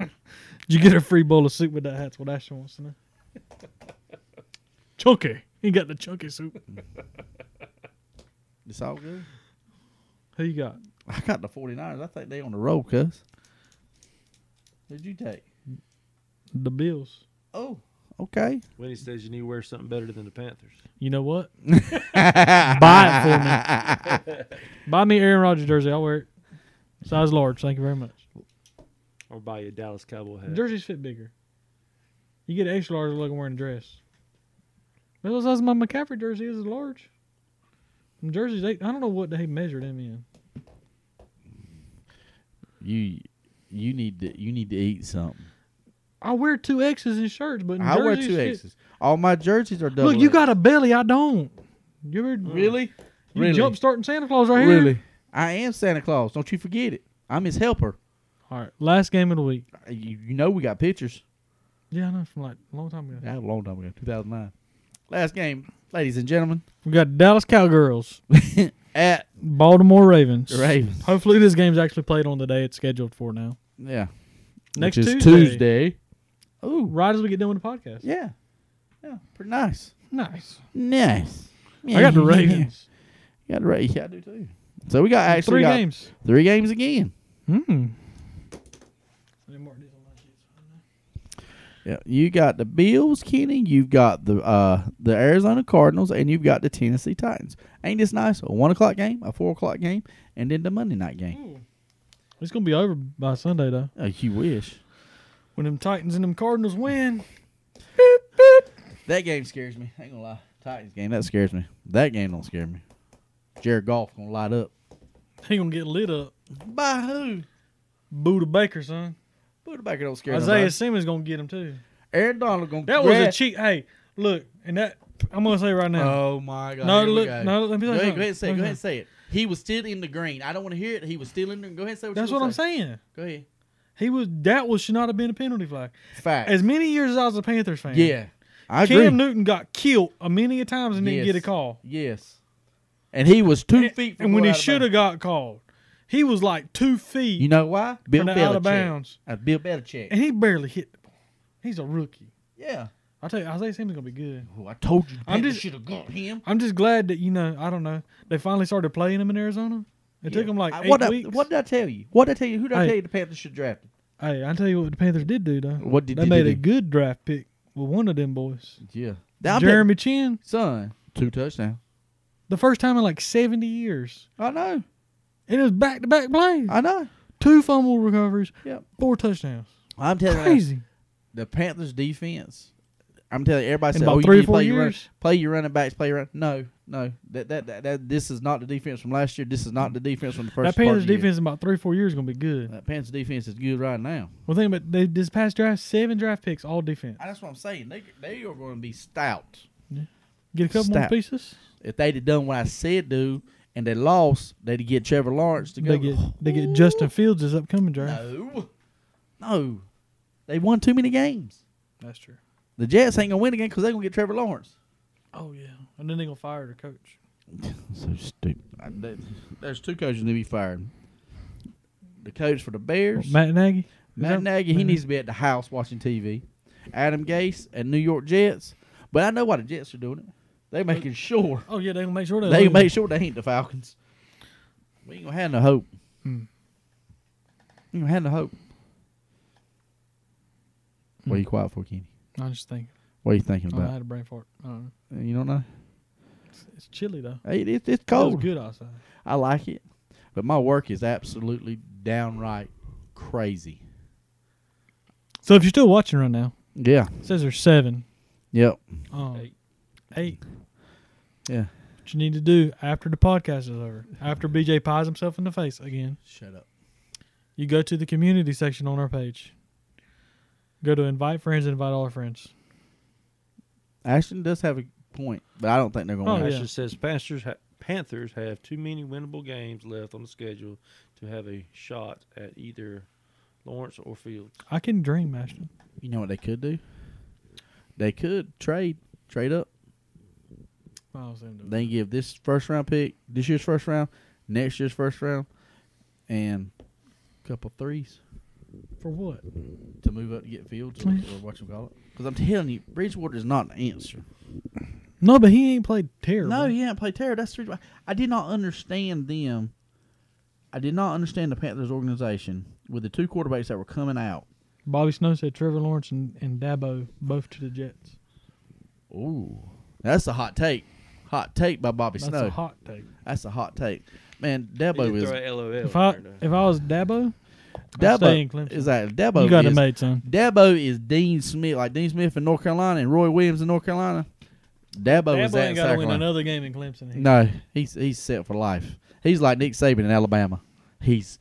S3: Did you get a free bowl of soup with that? That's what Ashton wants to know. [LAUGHS] chunky, he got the chunky soup.
S2: It's all good.
S3: Who you got?
S2: I got the 49ers. I think they on the road, cuz. Who'd you take?
S3: The Bills.
S2: Oh, okay.
S4: When he says you need to wear something better than the Panthers.
S3: You know what? [LAUGHS] Buy it for me. Buy me Aaron Rodgers jersey. I'll wear it. Size large. Thank you very much.
S4: Or buy you a Dallas Cowboy hat.
S3: Jerseys fit bigger. You get an extra large looking wearing a dress. That's what size my McCaffrey jersey is, is large. Them jerseys, they, I don't know what they measured him in.
S2: You you need to you need to eat something.
S3: I wear two X's in shirts, but in
S2: I wear
S3: jerseys,
S2: two
S3: shit-
S2: X's. All my jerseys are double.
S3: Look, you
S2: X.
S3: got a belly. I don't. You ever
S2: really,
S3: You
S2: Mm. Really?
S3: jump starting Santa Claus right here.
S2: really. I am Santa Claus. Don't you forget it. I'm his helper.
S3: All right, last game of the week.
S2: You, you know we got pictures.
S3: Yeah, I know from like a long time ago.
S2: That was a long time ago, 2009. Last game, ladies and gentlemen,
S3: We got Dallas Cowgirls,
S2: at
S3: Baltimore Ravens.
S2: the Ravens.
S3: Hopefully, this game's actually played on the day it's scheduled for now.
S2: Yeah,
S3: Next
S2: Which is
S3: Tuesday.
S2: Tuesday. Ooh,
S3: Right as we get done with the podcast.
S2: yeah, yeah, pretty nice.
S3: Nice.
S2: Nice.
S3: I got the
S2: Yeah.
S3: Ravens.
S2: You got the Ravens. Yeah, I do too. So we got actually
S3: Three
S2: got
S3: games.
S2: three games again.
S3: Hmm.
S2: Yeah, you got the Bills, Kenny. You've got the uh, the Arizona Cardinals, and you've got the Tennessee Titans. Ain't this nice? A one o'clock game, a four o'clock game, and then the Monday night game.
S3: It's gonna be over by Sunday though.
S2: Oh, you wish.
S3: When them Titans and them Cardinals win,
S2: That game scares me. I ain't gonna lie. Titans game that scares me. That game don't scare me. Jared Goff gonna light up.
S3: they gonna get lit up.
S2: By who?
S3: Buda Baker, son.
S2: Budabaker don't scare
S3: Isaiah
S2: Isaiah.
S3: Simmons gonna get him too.
S2: Aaron Donald gonna.
S3: That was a
S2: grab-
S3: cheat. Hey, look, and that I'm gonna say right now.
S2: Oh my god.
S3: No,
S2: Here we
S3: look-
S2: go.
S3: no, let me
S2: go
S3: tell you
S2: ahead,
S3: something.
S2: go ahead and say it. Go
S3: Let
S2: ahead
S3: me tell
S2: and say it. He was still in the green. I don't want to hear it. He was still in the green. Go ahead and say what
S3: that's
S2: you
S3: what
S2: gonna
S3: I'm
S2: say.
S3: saying.
S2: Go ahead.
S3: He was that was should not have been a penalty flag.
S2: Fact.
S3: As many years as I was a Panthers fan,
S2: yeah. I
S3: Cam
S2: agree.
S3: Newton got killed a many a times and didn't
S2: Yes.
S3: get a call.
S2: yes. And he was two
S3: And-
S2: feet from
S3: and
S2: going
S3: when he
S2: out of
S3: should have
S2: bounds.
S3: got called, he was like two feet
S2: You know why? Bill
S3: from the out of
S2: Belichick.
S3: bounds,
S2: Uh, Bill Belichick.
S3: and he barely hit the ball. He's a rookie.
S2: Yeah.
S3: I tell you, Isaiah Simmons gonna be good.
S2: Ooh, I told you.
S3: I'm
S2: Panthers
S3: just-
S2: should have got him.
S3: I'm just glad that you know. I don't know. They finally started playing him in Arizona. It took
S2: Yeah.
S3: him like
S2: I-
S3: eight
S2: what I-
S3: weeks.
S2: what did I tell you? What did I tell you? Who did I
S3: Hey.
S2: tell you the Panthers should draft?
S3: Hey, I tell you what the Panthers did do though.
S2: What did
S3: they
S2: they
S3: made
S2: do?
S3: a good draft pick with one of them boys,
S2: Yeah. Now, I bet-
S3: Jeremy Chin.
S2: son, two touchdowns.
S3: The first time in like seventy years,
S2: I know.
S3: and it was back to back plays.
S2: I know.
S3: Two fumble recoveries,
S2: Yep.
S3: four touchdowns.
S2: I'm telling you.
S3: Crazy.
S2: the Panthers defense. I'm telling you, everybody
S3: In
S2: said,
S3: about
S2: "Oh, you
S3: three or
S2: need to
S3: four
S2: play your, run-
S3: years?
S2: play your running backs, play your run." No, no, that, that that that this is not the defense from last year. This is not the defense from the first.
S3: That
S2: part of
S3: Panthers
S2: the year.
S3: defense in about three, four years is gonna be good.
S2: That Panthers defense is good right now.
S3: Well, think about they, this past draft, seven draft picks, all defense.
S2: That's what I'm saying. They they are going to be stout.
S3: Get a couple more
S2: Stout.
S3: pieces.
S2: If they'd have done what I said do, and they lost, they'd get Trevor Lawrence to go.
S3: They get they get Justin Fields this upcoming draft.
S2: No, no, they won too many games.
S3: That's true.
S2: The Jets ain't gonna win again because they're gonna get Trevor Lawrence.
S3: Oh yeah, and then they gonna fire the coach.
S2: So stupid. I- there- Uh, There's two coaches to be fired. The coach for the Bears, Matt,
S3: Matt Nagy. that-
S2: Nagy, he
S3: Mhm.
S2: needs to be at the house watching TV. Adam Gase and New York Jets, but I know why the Jets are doing it. They're making sure
S3: Oh yeah, they gonna make sure they
S2: they
S3: lose.
S2: make sure they ain't the Falcons. We ain't gonna have no hope.
S3: Hmm.
S2: We ain't gonna have no hope. What are you quiet for, Kenny?
S3: I'm just thinking.
S2: What are you thinking
S3: I, don't know, I
S2: about?
S3: had a brain fart. I don't know.
S2: You don't know?
S3: It's, it's chilly though.
S2: It, it, it's
S3: It was
S2: cold.
S3: good outside.
S2: I like it, but my work is absolutely downright crazy.
S3: So if you're still watching right now,
S2: Yeah.
S3: it says there's seven.
S2: Yep.
S3: Um, eight.
S4: Eight.
S2: Yeah.
S3: What you need to do after the podcast is over, after BJ pies himself in the face again,
S2: Shut up.
S3: you go to the community section on our page. Go to invite friends and invite all our friends.
S2: Ashton does have a point, but I don't think they're
S3: Oh,
S2: going to.
S3: yeah.
S2: win.
S4: Actually says Panthers ha- Panthers have too many winnable games left on the schedule to have a shot at either Lawrence or Fields.
S3: I can dream, Ashton.
S2: You know what they could do? They could trade, trade up.
S3: I was gonna do it.
S2: They give this first round pick, this year's first round, next year's first round, and a couple threes
S3: For what?
S2: to move up to get Fields or, or what you call it. Because I'm telling you, Bridgewater is not an answer.
S3: No, but he ain't played terrible.
S2: No, you didn't play terror. That's the reason why I did not understand them. I did not understand the Panthers organization with the two quarterbacks that were coming out.
S3: Bobby Snow said Trevor Lawrence and, and Dabo both to the Jets.
S2: Ooh, that's a hot take. Hot take by Bobby
S3: That's
S2: Snow.
S3: a hot take.
S2: that's a hot take. Man,
S4: They
S2: Debo
S4: did
S2: is
S4: throw a LOL.
S3: If
S4: in
S3: I
S4: there, though.
S3: if I was Dabo, I'll stay in
S2: Dabo
S3: Clemson.
S2: is that Dabo
S3: You got it
S2: is,
S3: made, son.
S2: Dabo is Dean Smith, like Dean Smith in North Carolina and Roy Williams in North Carolina. Dabo, is
S3: Dabo
S2: that
S3: ain't
S2: in
S3: got to
S2: South
S3: win
S2: Carolina.
S3: another game in Clemson.
S2: No, he's he's set for life. He's like Nick Saban in Alabama. He's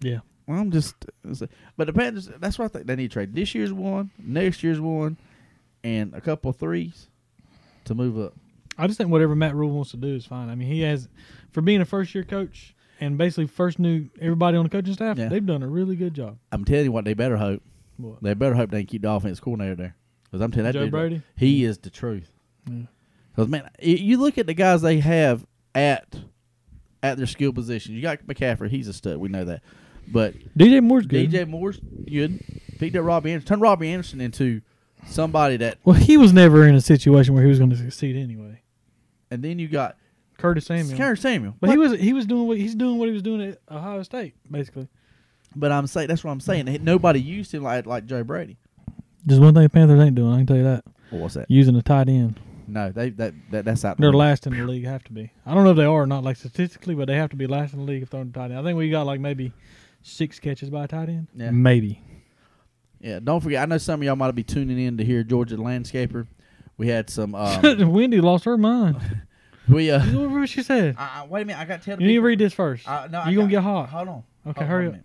S3: Yeah.
S2: well, I'm just but the Panthers. That's why I think they need to trade this year's one, next year's one, and a couple of threes to move up.
S3: I just think whatever Matt Rule wants to do is fine. I mean, he has, for being a first year coach and basically first new everybody on the coaching staff,
S2: Yeah.
S3: they've done a really good job.
S2: I'm telling you what, they better hope.
S3: What?
S2: They better hope they can keep the offense coordinator there. Because I'm telling you, that
S3: Joe
S2: dude,
S3: Brady?
S2: he is the truth.
S3: Yeah.
S2: Because man, i- you look at the guys they have at at their skill position. You got McCaffrey; he's a stud. We know that. But
S3: DJ Moore's good.
S2: DJ Moore's good. Picked up Robbie Anderson. Turn Robbie Anderson into somebody that.
S3: Well, he was never in a situation where he was going to succeed anyway.
S2: And then you got
S3: Curtis Samuel.
S2: Curtis Samuel.
S3: But he was he was doing what he's doing what he was doing at Ohio State basically.
S2: But I'm saying that's what I'm saying. They- Nobody used him like like Joe Brady.
S3: There's one thing the Panthers ain't doing. I can tell you that
S2: What was that?
S3: using a tight end.
S2: No, they that, that that's out. the
S3: They're
S2: window.
S3: last in the league. Have to be. I don't know if they are or not, like statistically, but they have to be last in the league if they're on tight end. I think we got like maybe six catches by a tight end.
S2: Yeah.
S3: Maybe.
S2: Yeah, don't forget. I know some of y'all might be tuning in to hear Georgia landscaper. We had some.
S3: [LAUGHS]
S2: Um,
S3: Wendy lost her mind. [LAUGHS]
S2: we uh.
S3: Look what she said.
S2: I, I- wait a minute, I got to tell the
S3: You need to
S2: people-
S3: read this first.
S2: I- no, I
S3: You're gonna
S2: got-
S3: get hot.
S2: Hold on.
S3: Okay,
S2: Hold-
S3: hurry
S2: hold a
S3: up.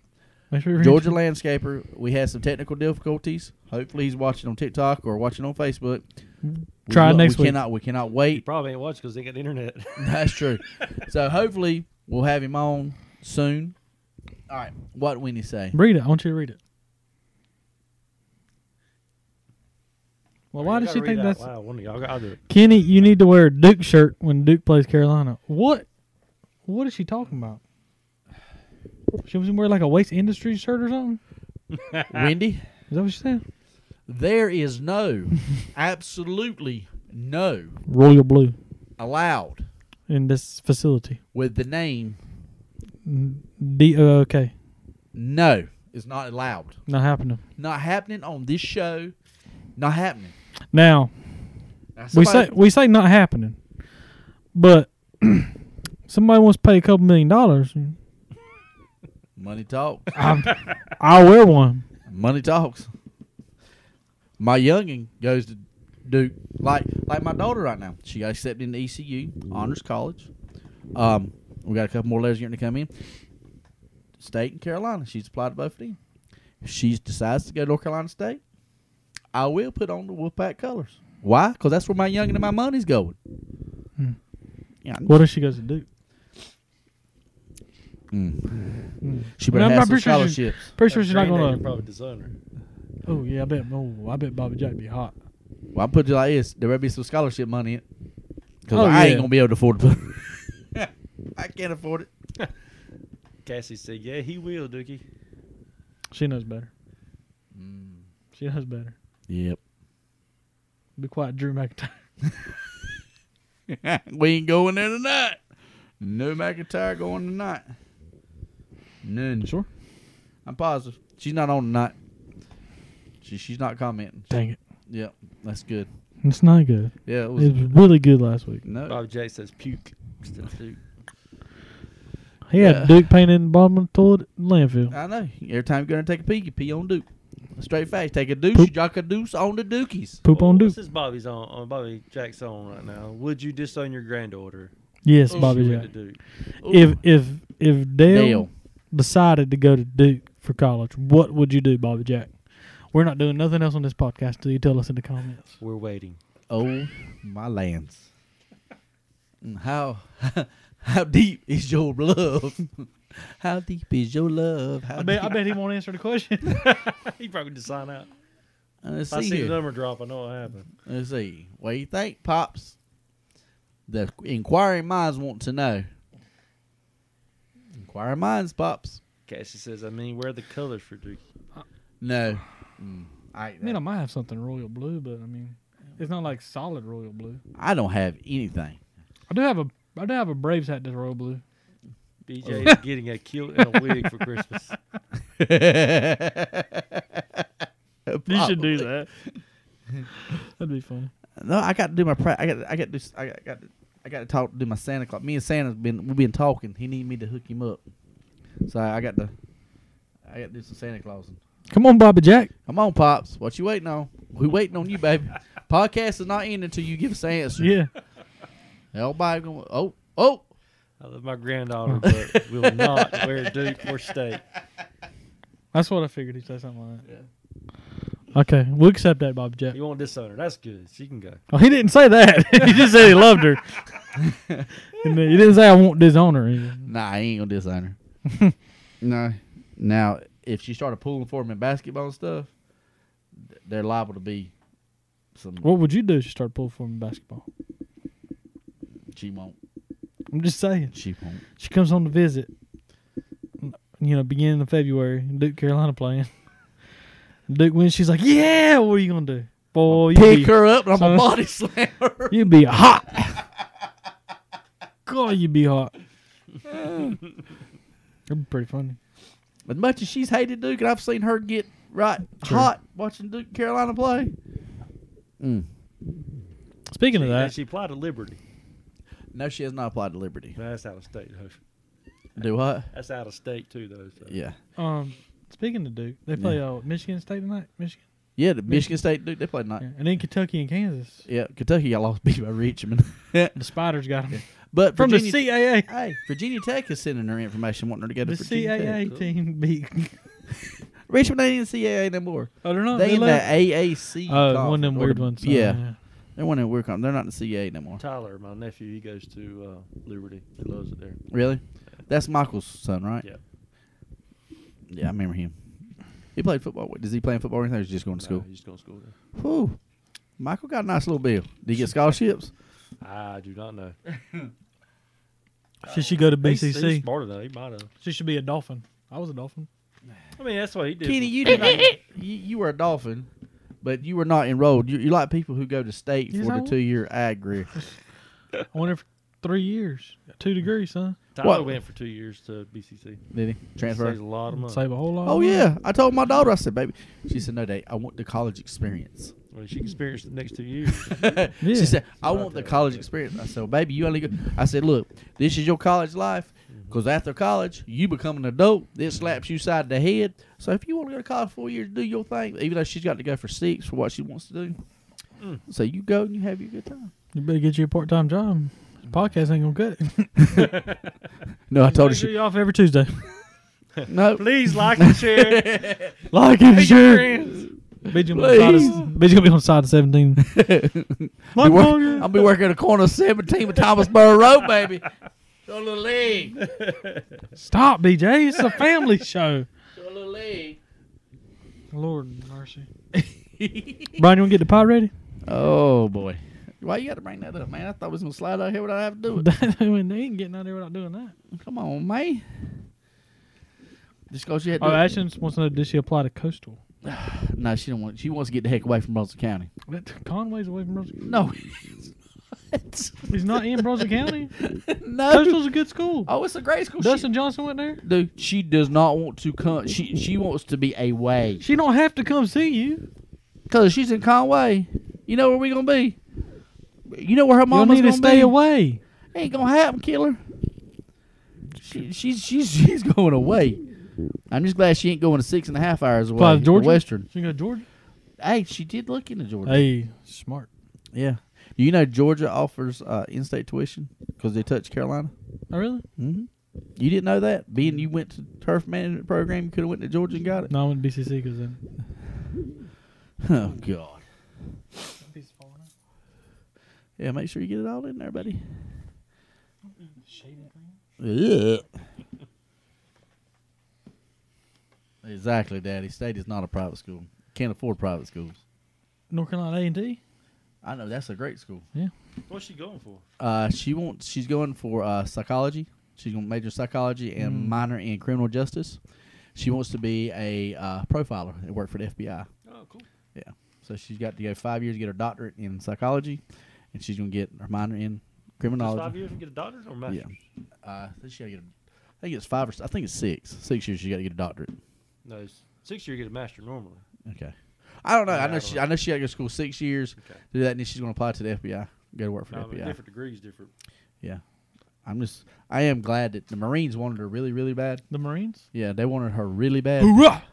S3: Make sure you read
S2: Georgia
S3: it.
S2: landscaper. We had some technical difficulties. Hopefully, he's watching on TikTok or watching on Facebook. We
S3: Try
S2: lo-
S3: next
S2: we
S3: week.
S2: Cannot, we cannot
S4: He
S2: wait. [LAUGHS]
S4: probably ain't watched because they got the internet.
S2: That's true. so hopefully, we'll have him on soon. All right. What did Winnie
S3: [LAUGHS]
S2: say?
S3: Read it. I want you to read it. Well, why
S4: [LAUGHS] You
S3: does
S4: gotta
S3: she
S4: read
S3: think
S4: out
S3: that's
S4: loud. One of y'all, I'll do it.
S3: Kenny? You need to wear a Duke shirt when Duke plays Carolina. What? What is she talking about? She was wearing like a waste industry shirt or something.
S2: Wendy,
S3: Is that what she said?
S2: there is no, absolutely no
S3: Royal blue
S2: allowed
S3: in this facility.
S2: with the name
S3: D. Uh, okay,
S2: No, it's not allowed.
S3: not happening.
S2: Not happening on this show. Not happening.
S3: Now
S2: Now,
S3: we
S2: somebody-
S3: say we say not happening, but [CLEARS THROAT] somebody wants to pay a couple million dollars.
S2: money talk.
S3: I, I'll wear one.
S2: money talks. My youngin goes to Duke. Like like my daughter right now. She got accepted into ECU Honors College. Um, we got a couple more letters getting to come in. State and Carolina. She's applied to both of them. If she decides to go to North Carolina State, I will put on the Wolfpack colors. Why? Because that's where my youngin and my money's going.
S3: Hmm.
S2: Yeah, I-
S3: What if she goes to Duke?
S2: Mm. She
S3: Well,
S2: better have some
S3: I'm Hmm. not pretty sure she-
S2: scholarships.
S3: Pretty sure she's not
S4: Green Day,
S3: gonna.
S4: you're probably disown her.
S3: Oh yeah, I bet. Oh, I bet Bobby Jack be hot.
S2: Well, I'm putting it like this: there better be some scholarship money, in because
S3: Oh,
S2: I
S3: yeah.
S2: ain't gonna be able to afford it. [LAUGHS] I can't afford it.
S4: Cassie said, "Yeah, he will, Dookie."
S3: She knows better.
S4: Mm.
S3: She knows better.
S2: Yep.
S3: Be quiet, Drew McIntyre.
S2: [LAUGHS] we ain't going there tonight. No McIntyre going tonight. None.
S3: Sure.
S2: I'm positive she's not on tonight. She she's not commenting.
S3: Dang it,
S2: Yep, that's good.
S3: it's not good.
S2: Yeah, it
S3: It
S2: was,
S3: was really good last week.
S2: no.
S4: Bob J says, "Puke." Still puke.
S3: He
S2: Yeah.
S3: had Duke painted in the bottom of the toilet in
S4: Uh,
S3: landfill.
S2: I know. Every time you go in and take a pee, you pee on Duke. Straight face. Take a deuce,
S3: Poop.
S2: you jock a deuce on the Dookies.
S3: Poop on Duke.
S4: This is Bobby's on, on Bobby Jack's on right now. Would you disown your granddaughter?
S3: Yes,
S4: if
S3: Bobby
S4: Oh, she
S3: Jack.
S4: went to Duke?
S3: If if if Dale,
S2: Dale.
S3: decided to go to Duke for college, what would you do, Bobby Jack? We're not doing nothing else on this podcast until you tell us in the comments. [LAUGHS]
S4: We're waiting.
S2: Oh my lands. And How [LAUGHS] how deep is your love? [LAUGHS] How deep is your love? How
S3: I bet I
S2: deep-
S3: bet he won't answer the [LAUGHS] question.
S4: he probably just sign out.
S2: Uh, Let's
S4: If I
S2: see
S4: see the
S2: here.
S4: number drop, I know what happened.
S2: Let's see. What do you think, Pops? The inquiring minds want to know. Inquiring minds, Pops.
S4: Cassie says, "I mean, where are the colors for Duke?"
S2: No. Mm, I,
S3: I mean, I might have something royal blue, but I mean, it's not like solid royal blue.
S2: I don't have anything. [LAUGHS]
S3: I do have a I do have a Braves hat that's royal blue.
S4: BJ
S2: Oh.
S4: is getting a kilt and a wig for Christmas.
S3: You should do that. [LAUGHS] That'd be funny.
S2: No, I got to do my. Pra- I got. I got to. do- I got. I got to, I got to talk. Do my Santa Claus. Me and Santa's been. We've been talking. He need me to hook him up. So I got to, I got to do some Santa Clausing.
S3: Come on, Bobby Jack.
S2: Come on, pops. What you waiting on? We waiting on you, baby.
S3: [LAUGHS]
S2: Podcast is not ending until you give us an answer.
S3: Yeah.
S2: Everybody going. Oh, oh.
S4: I love my granddaughter,
S2: Hmm.
S4: but will not wear Duke or state.
S3: That's what I figured he'd say something like that. Okay, we'll accept that, Bobby Jack.
S4: You won't disown her. That's good. She can go.
S3: Oh, he didn't say that. [LAUGHS] he just said he loved her. And then he didn't say I won't disown her. either.
S2: Nah, I ain't gonna disown her.
S3: [LAUGHS]
S2: no. Now, if she started pulling for him in basketball and stuff, th- they're liable to be some.
S3: What would you do if you started pulling for him in basketball?
S2: She won't.
S3: I'm just saying.
S2: She won't.
S3: She comes on to visit. You know, beginning of February, Duke Carolina playing. [LAUGHS] Duke wins. She's like, "Yeah, what are you gonna do, boy? You
S2: Pick
S3: be,
S2: her up and I'm
S3: so-
S2: a body [LAUGHS] slam her.
S3: you be hot. [LAUGHS] God, you be hot. That'd be pretty funny.
S2: As much as she's hated Duke, and I've seen her get right
S3: True.
S2: hot watching Duke Carolina play. Mm.
S3: Speaking
S4: She,
S3: of
S4: and
S3: that,
S4: she applied to Liberty.
S2: No, she has not applied to Liberty.
S4: No, that's out of state, though.
S2: Do what?
S4: That's out of state, too, though. So.
S2: Yeah.
S3: um, speaking of Duke, they play uh, Michigan State tonight. Michigan,
S2: Yeah, the Michigan State Duke, they played night.
S3: yeah. and then Kentucky and Kansas.
S2: Yeah, Kentucky got lost [LAUGHS] beat by Richmond.
S3: The Spiders got him
S2: but
S3: from
S2: Virginia,
S3: the CAA.
S2: Hey, Virginia Tech is sending her information wanting her to go to
S3: The
S2: Virginia Tech.
S3: CAA team beat.
S2: Richmond ain't in the CAA no more.
S3: Oh, they're not.
S2: They
S3: they
S2: in the
S3: left.
S2: AAC.
S3: Oh,
S2: conference,
S3: one of them
S2: or
S3: weird
S2: the-
S3: ones. so,
S2: yeah, they're one of them weird conference. They're not in the CAA no more.
S4: Tyler, my nephew, he goes to uh, Liberty. He loves it there.
S2: Really? That's Michael's son, right?
S4: Yeah.
S2: Yeah, I remember him. He played football. Wait, Does he play football or anything? Or is he just going to
S4: No,
S2: school?
S4: Uh, he's going to school there.
S2: Whew. Michael got a nice little bill. [LAUGHS] Did he get scholarships?
S4: I do not know.
S3: Should she go to
S4: He's- he's
S3: BCC?
S4: smarter, though. He might have.
S3: She should be a dolphin. I was a dolphin.
S4: I mean, that's what he did.
S2: Kenny, you did not. [LAUGHS] You, you were a dolphin, but you were not enrolled. You, you like people who go to state
S3: Yes,
S2: for
S3: I
S2: the
S3: was.
S2: two year ag career.
S3: I went there for three years. Two degrees, huh?
S4: Tyler
S2: What?
S4: went for two years to BCC.
S2: Did he transfer?
S4: Saves a lot of money.
S3: Save a whole lot. of
S2: Oh
S3: money.
S2: yeah, I told my daughter. I said, "Baby," she said, "No, Dad, I want the college experience."
S4: Well, she experienced the next two years. [LAUGHS]
S3: Yeah.
S2: She said, "I
S4: Right
S2: want the
S4: there.
S2: college experience." I said, well, "Baby, you only go." I said, "Look, this is your college life,
S4: Mm-hmm.
S2: because after college, you become an adult. This slaps you side the head. So if you want to go to college four years, do your thing. Even though she's got to go for six for what she wants to do,
S4: Mm.
S2: so you go and you have your good time."
S3: You better get you a part time job. This podcast ain't gonna cut it.
S2: No, I told her
S3: Make sure
S2: she
S3: you off
S2: [LAUGHS]
S3: every Tuesday.
S2: no. [LAUGHS]
S4: Please like and share.
S3: like and share. Bid's gonna, be on the side
S2: Please.
S3: of, Bid's gonna be on the side of seventeen.
S2: Be
S3: Like
S2: work-
S3: Logan.
S2: I'll be working at the corner of 17 with Thomasboro Road, baby. Throw a little leg.
S3: Stop, BJ. It's a family [LAUGHS] show.
S2: Throw a little leg.
S3: Lord [LAUGHS] mercy. Brian, you wanna get the pie ready?
S2: Oh boy. Why you got to bring that up, man? I thought we was gonna slide out here without having to [LAUGHS] do it.
S3: [LAUGHS] I mean, they ain't getting out there without doing that.
S2: Come on, man. Just cause you had to.
S3: Oh, Ashton wants to know did she apply to Coastal?
S2: no, she don't want. She wants to get the heck away from Russell County.
S3: That- Conway's away from
S2: [LAUGHS]
S3: Brunswick.
S2: No. What?
S3: He's not [LAUGHS] in Brunswick County.
S2: no.
S3: Coastal's a good school.
S2: Oh, it's a great school. She,
S3: Dustin Johnson went there.
S2: dude, she does not want to come. She she wants to be away.
S3: She don't have to come see you.
S2: Cause she's in Conway. You know where we gonna be. You know where her
S3: You
S2: mama's
S3: need
S2: gonna
S3: to stay
S2: be?
S3: away.
S2: Ain't gonna happen, killer. She, she's she's she's going away. I'm just glad she ain't going to six and a half hours away.
S3: Fly to
S2: to
S3: Georgia?
S2: Western.
S3: She go to Georgia.
S2: Hey, she did look into Georgia.
S3: Hey, smart.
S2: Yeah. Do you know Georgia offers uh, in-state tuition because they touch Carolina?
S3: Oh, really?
S2: Mm-hmm. You didn't know that? Being you went to turf management program, you could have went to Georgia and got it.
S3: No, I went to BCC because then.
S2: [LAUGHS] Oh God. Yeah, make sure you get it all in there, buddy. Ugh. Exactly, Daddy. State is not a private school. Can't afford private schools.
S3: North Carolina A and T.
S2: I know that's a great school.
S4: What's she going for?
S2: Uh, she wants. She's going for uh, psychology. She's going to major in psychology and
S3: Mm.
S2: minor in criminal justice. She wants to be a uh, profiler and work for the FBI.
S4: Oh, cool.
S2: So she's got to go five years to get her doctorate in psychology, and she's going to get her minor in
S4: Just
S2: criminology.
S4: five years and get a doctorate or master's?
S2: Uh, I think she gotta get. A, I think it's five or s- I think it's six. Six years she got to get a doctorate.
S4: No, it's six year you get a master normally.
S2: Okay. I don't know.
S4: Yeah,
S2: I
S4: I
S2: know
S4: don't
S2: she.
S4: know.
S2: I know she got to go to school six years.
S4: Okay.
S2: Do that, and then she's going to apply to the FBI. Go to work for
S4: No, I
S2: the
S4: mean,
S2: FBI.
S4: different degrees, different.
S2: Yeah. I'm just I am glad that the Marines wanted her really really bad.
S3: The Marines?
S2: Yeah, they wanted her really bad.
S3: Hoorah!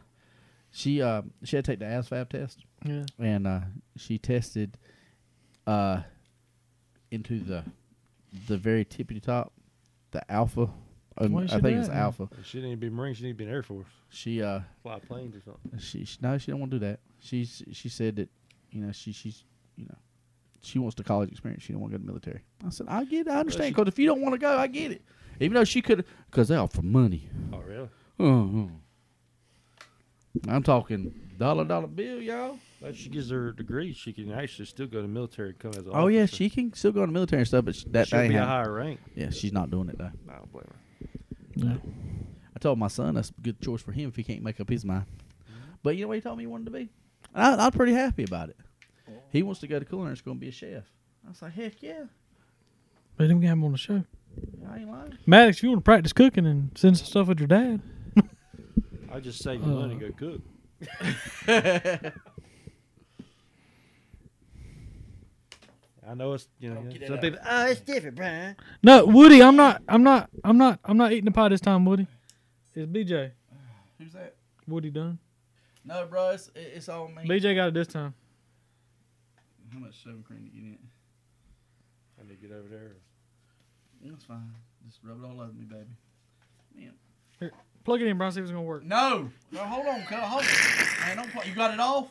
S2: She uh she had to take the ASVAB test
S3: Yeah.
S2: and uh she tested uh into the the very tippity top, the alpha. Um,
S3: Why
S2: I
S3: she
S2: think
S3: do
S2: it's
S3: that?
S2: alpha.
S4: She didn't even be Marine. She didn't even be Air Force.
S2: She uh
S4: Fly planes or something.
S2: She, she no, she don't want to do that. She's she said that, you know, she she's you know, she wants the college experience. She don't want to go to the military. I said I get, it. I understand. Because if you don't want to go, I get it. Even though she could, because they offer money.
S4: Oh, really?
S2: Uh-huh. I'm talking dollar dollar bill, y'all.
S4: But if she gets her degree, she can actually still go to military and come as an
S2: Oh yeah,
S4: officer.
S2: she can still go to the military and stuff, but sh- that
S4: She'll
S2: ain't
S4: be a
S2: happening.
S4: higher rank.
S2: Yeah, she's not doing it though.
S4: I don't blame her.
S2: I told my son that's a good choice for him if he can't make up his mind. But you know what he told me he wanted to be? And I, I'm pretty happy about it. He wants to go to culinary school and be a chef. I was like, heck yeah.
S3: Let him get him on the show.
S2: I ain't lying.
S3: Maddox, if you want to practice cooking and send some stuff with your dad.
S4: I just save you money
S3: Uh.
S4: and go [LAUGHS] cook. I know it's you know
S1: get it
S4: some
S1: out.
S4: people.
S1: Oh, it's different, Brian.
S3: No, Woody, I'm not I'm not I'm not I'm not eating the pie this time, Woody. It's BJ.
S2: Who's that?
S3: Woody done.
S2: No, bro, it's, it- it's all me.
S3: BJ got it this time.
S2: How much shaving cream do you need?
S4: I need to get over there.
S2: That's fine. Just rub it all over me, baby.
S3: Plug it in, Brian, see if it's gonna work.
S2: No. No, hold on, cut. Hold on. Man, don't play. You got it off?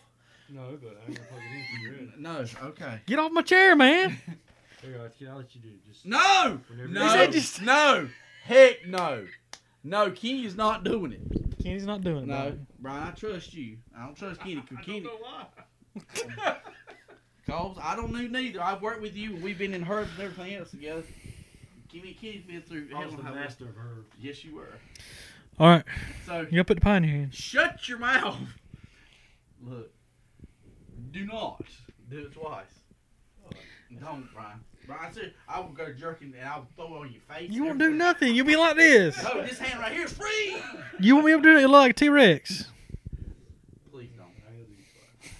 S4: No, but I'm gonna plug it in for you. ready.
S2: No. Okay.
S3: Get off my chair, man.
S4: Here, uh, I'll- I'll let you do it. Just
S2: No.
S4: Whenever
S2: No.
S4: you-
S3: Is that just-
S2: No. Heck no. No, Kenny is not doing it.
S3: [LAUGHS] Kenny's not doing it.
S2: No,
S3: dog.
S2: Brian, I trust you. I don't trust
S4: [LAUGHS]
S2: Kenny. 'cause Kenny,
S4: why.
S2: [LAUGHS] cause I don't know neither. I've worked with you, and we've been in herbs and everything else together. Kenny, Kenny's been through.
S4: I
S2: hell
S4: was the
S2: and high water.
S4: master of her.
S2: Yes, you
S4: [LAUGHS]
S2: were.
S3: All right.
S2: So
S3: You gotta put the pie in your hand.
S2: shut your mouth. Look, do not do it twice. Uh, Don't, Brian. Brian, sir, I will go jerking and I'll throw it on your face.
S3: You won't
S2: and
S3: do
S2: everything.
S3: nothing. You'll be like this.
S2: No, this hand right here is
S3: [LAUGHS]
S2: free.
S3: You want me to do it? You look like a T Rex.
S2: Please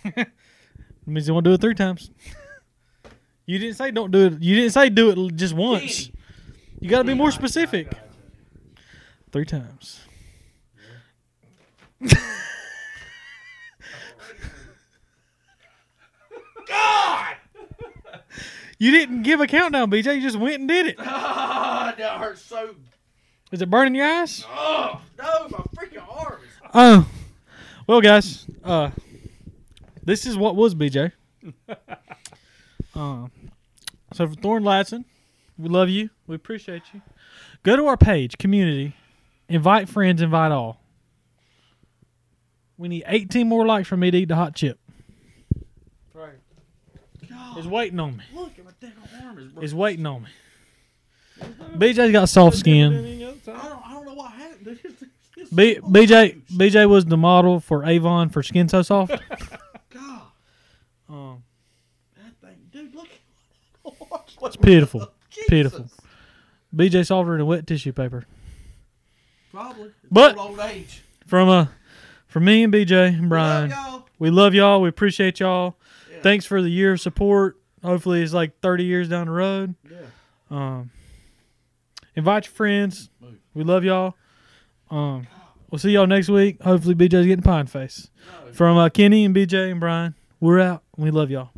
S2: don't.
S3: Means you want to do it three times. You didn't say don't do it. You didn't say do it just once.
S2: Kenny.
S3: You got to be more specific. Three times.
S2: God!
S3: You didn't give a countdown, BJ. You just went and did it.
S2: Ah, that hurts so.
S3: Is it burning your eyes?
S2: Oh, no, my freaking arm is.
S3: Oh, well, guys. Uh, this is what was BJ. Um, so for Thorn Ladson, we love you. We appreciate you. Go to our page, community. Invite friends. Invite all. We need 18 more likes for me to eat the hot chip.
S4: Right.
S2: God,
S3: It's waiting on me.
S2: look at my damn arm is.
S3: It's waiting on me. BJ's got soft skin.
S2: I don't, I don't know what happened. It's, it's
S3: B-
S2: so
S3: BJ
S2: loose.
S3: BJ was the model for Avon for Skin So Soft.
S2: God,
S3: Um,
S2: that thing, dude, look. It's
S3: pitiful. Pitiful. BJ solved her in a wet tissue paper.
S2: Probably. It's
S3: But-
S2: old, old age.
S3: From uh, from me and BJ and
S2: Brian.
S3: Brian, we love y'all. We appreciate y'all.
S2: Yeah.
S3: Thanks for the year of support. Hopefully, it's like 30 years down the road.
S2: Yeah.
S3: Um, invite your friends.
S2: Move.
S3: We love y'all. Um, we'll see y'all next week. Hopefully, BJ's getting pine face.
S2: No.
S3: From uh, Kenny and BJ and Brian, we're out. We love y'all.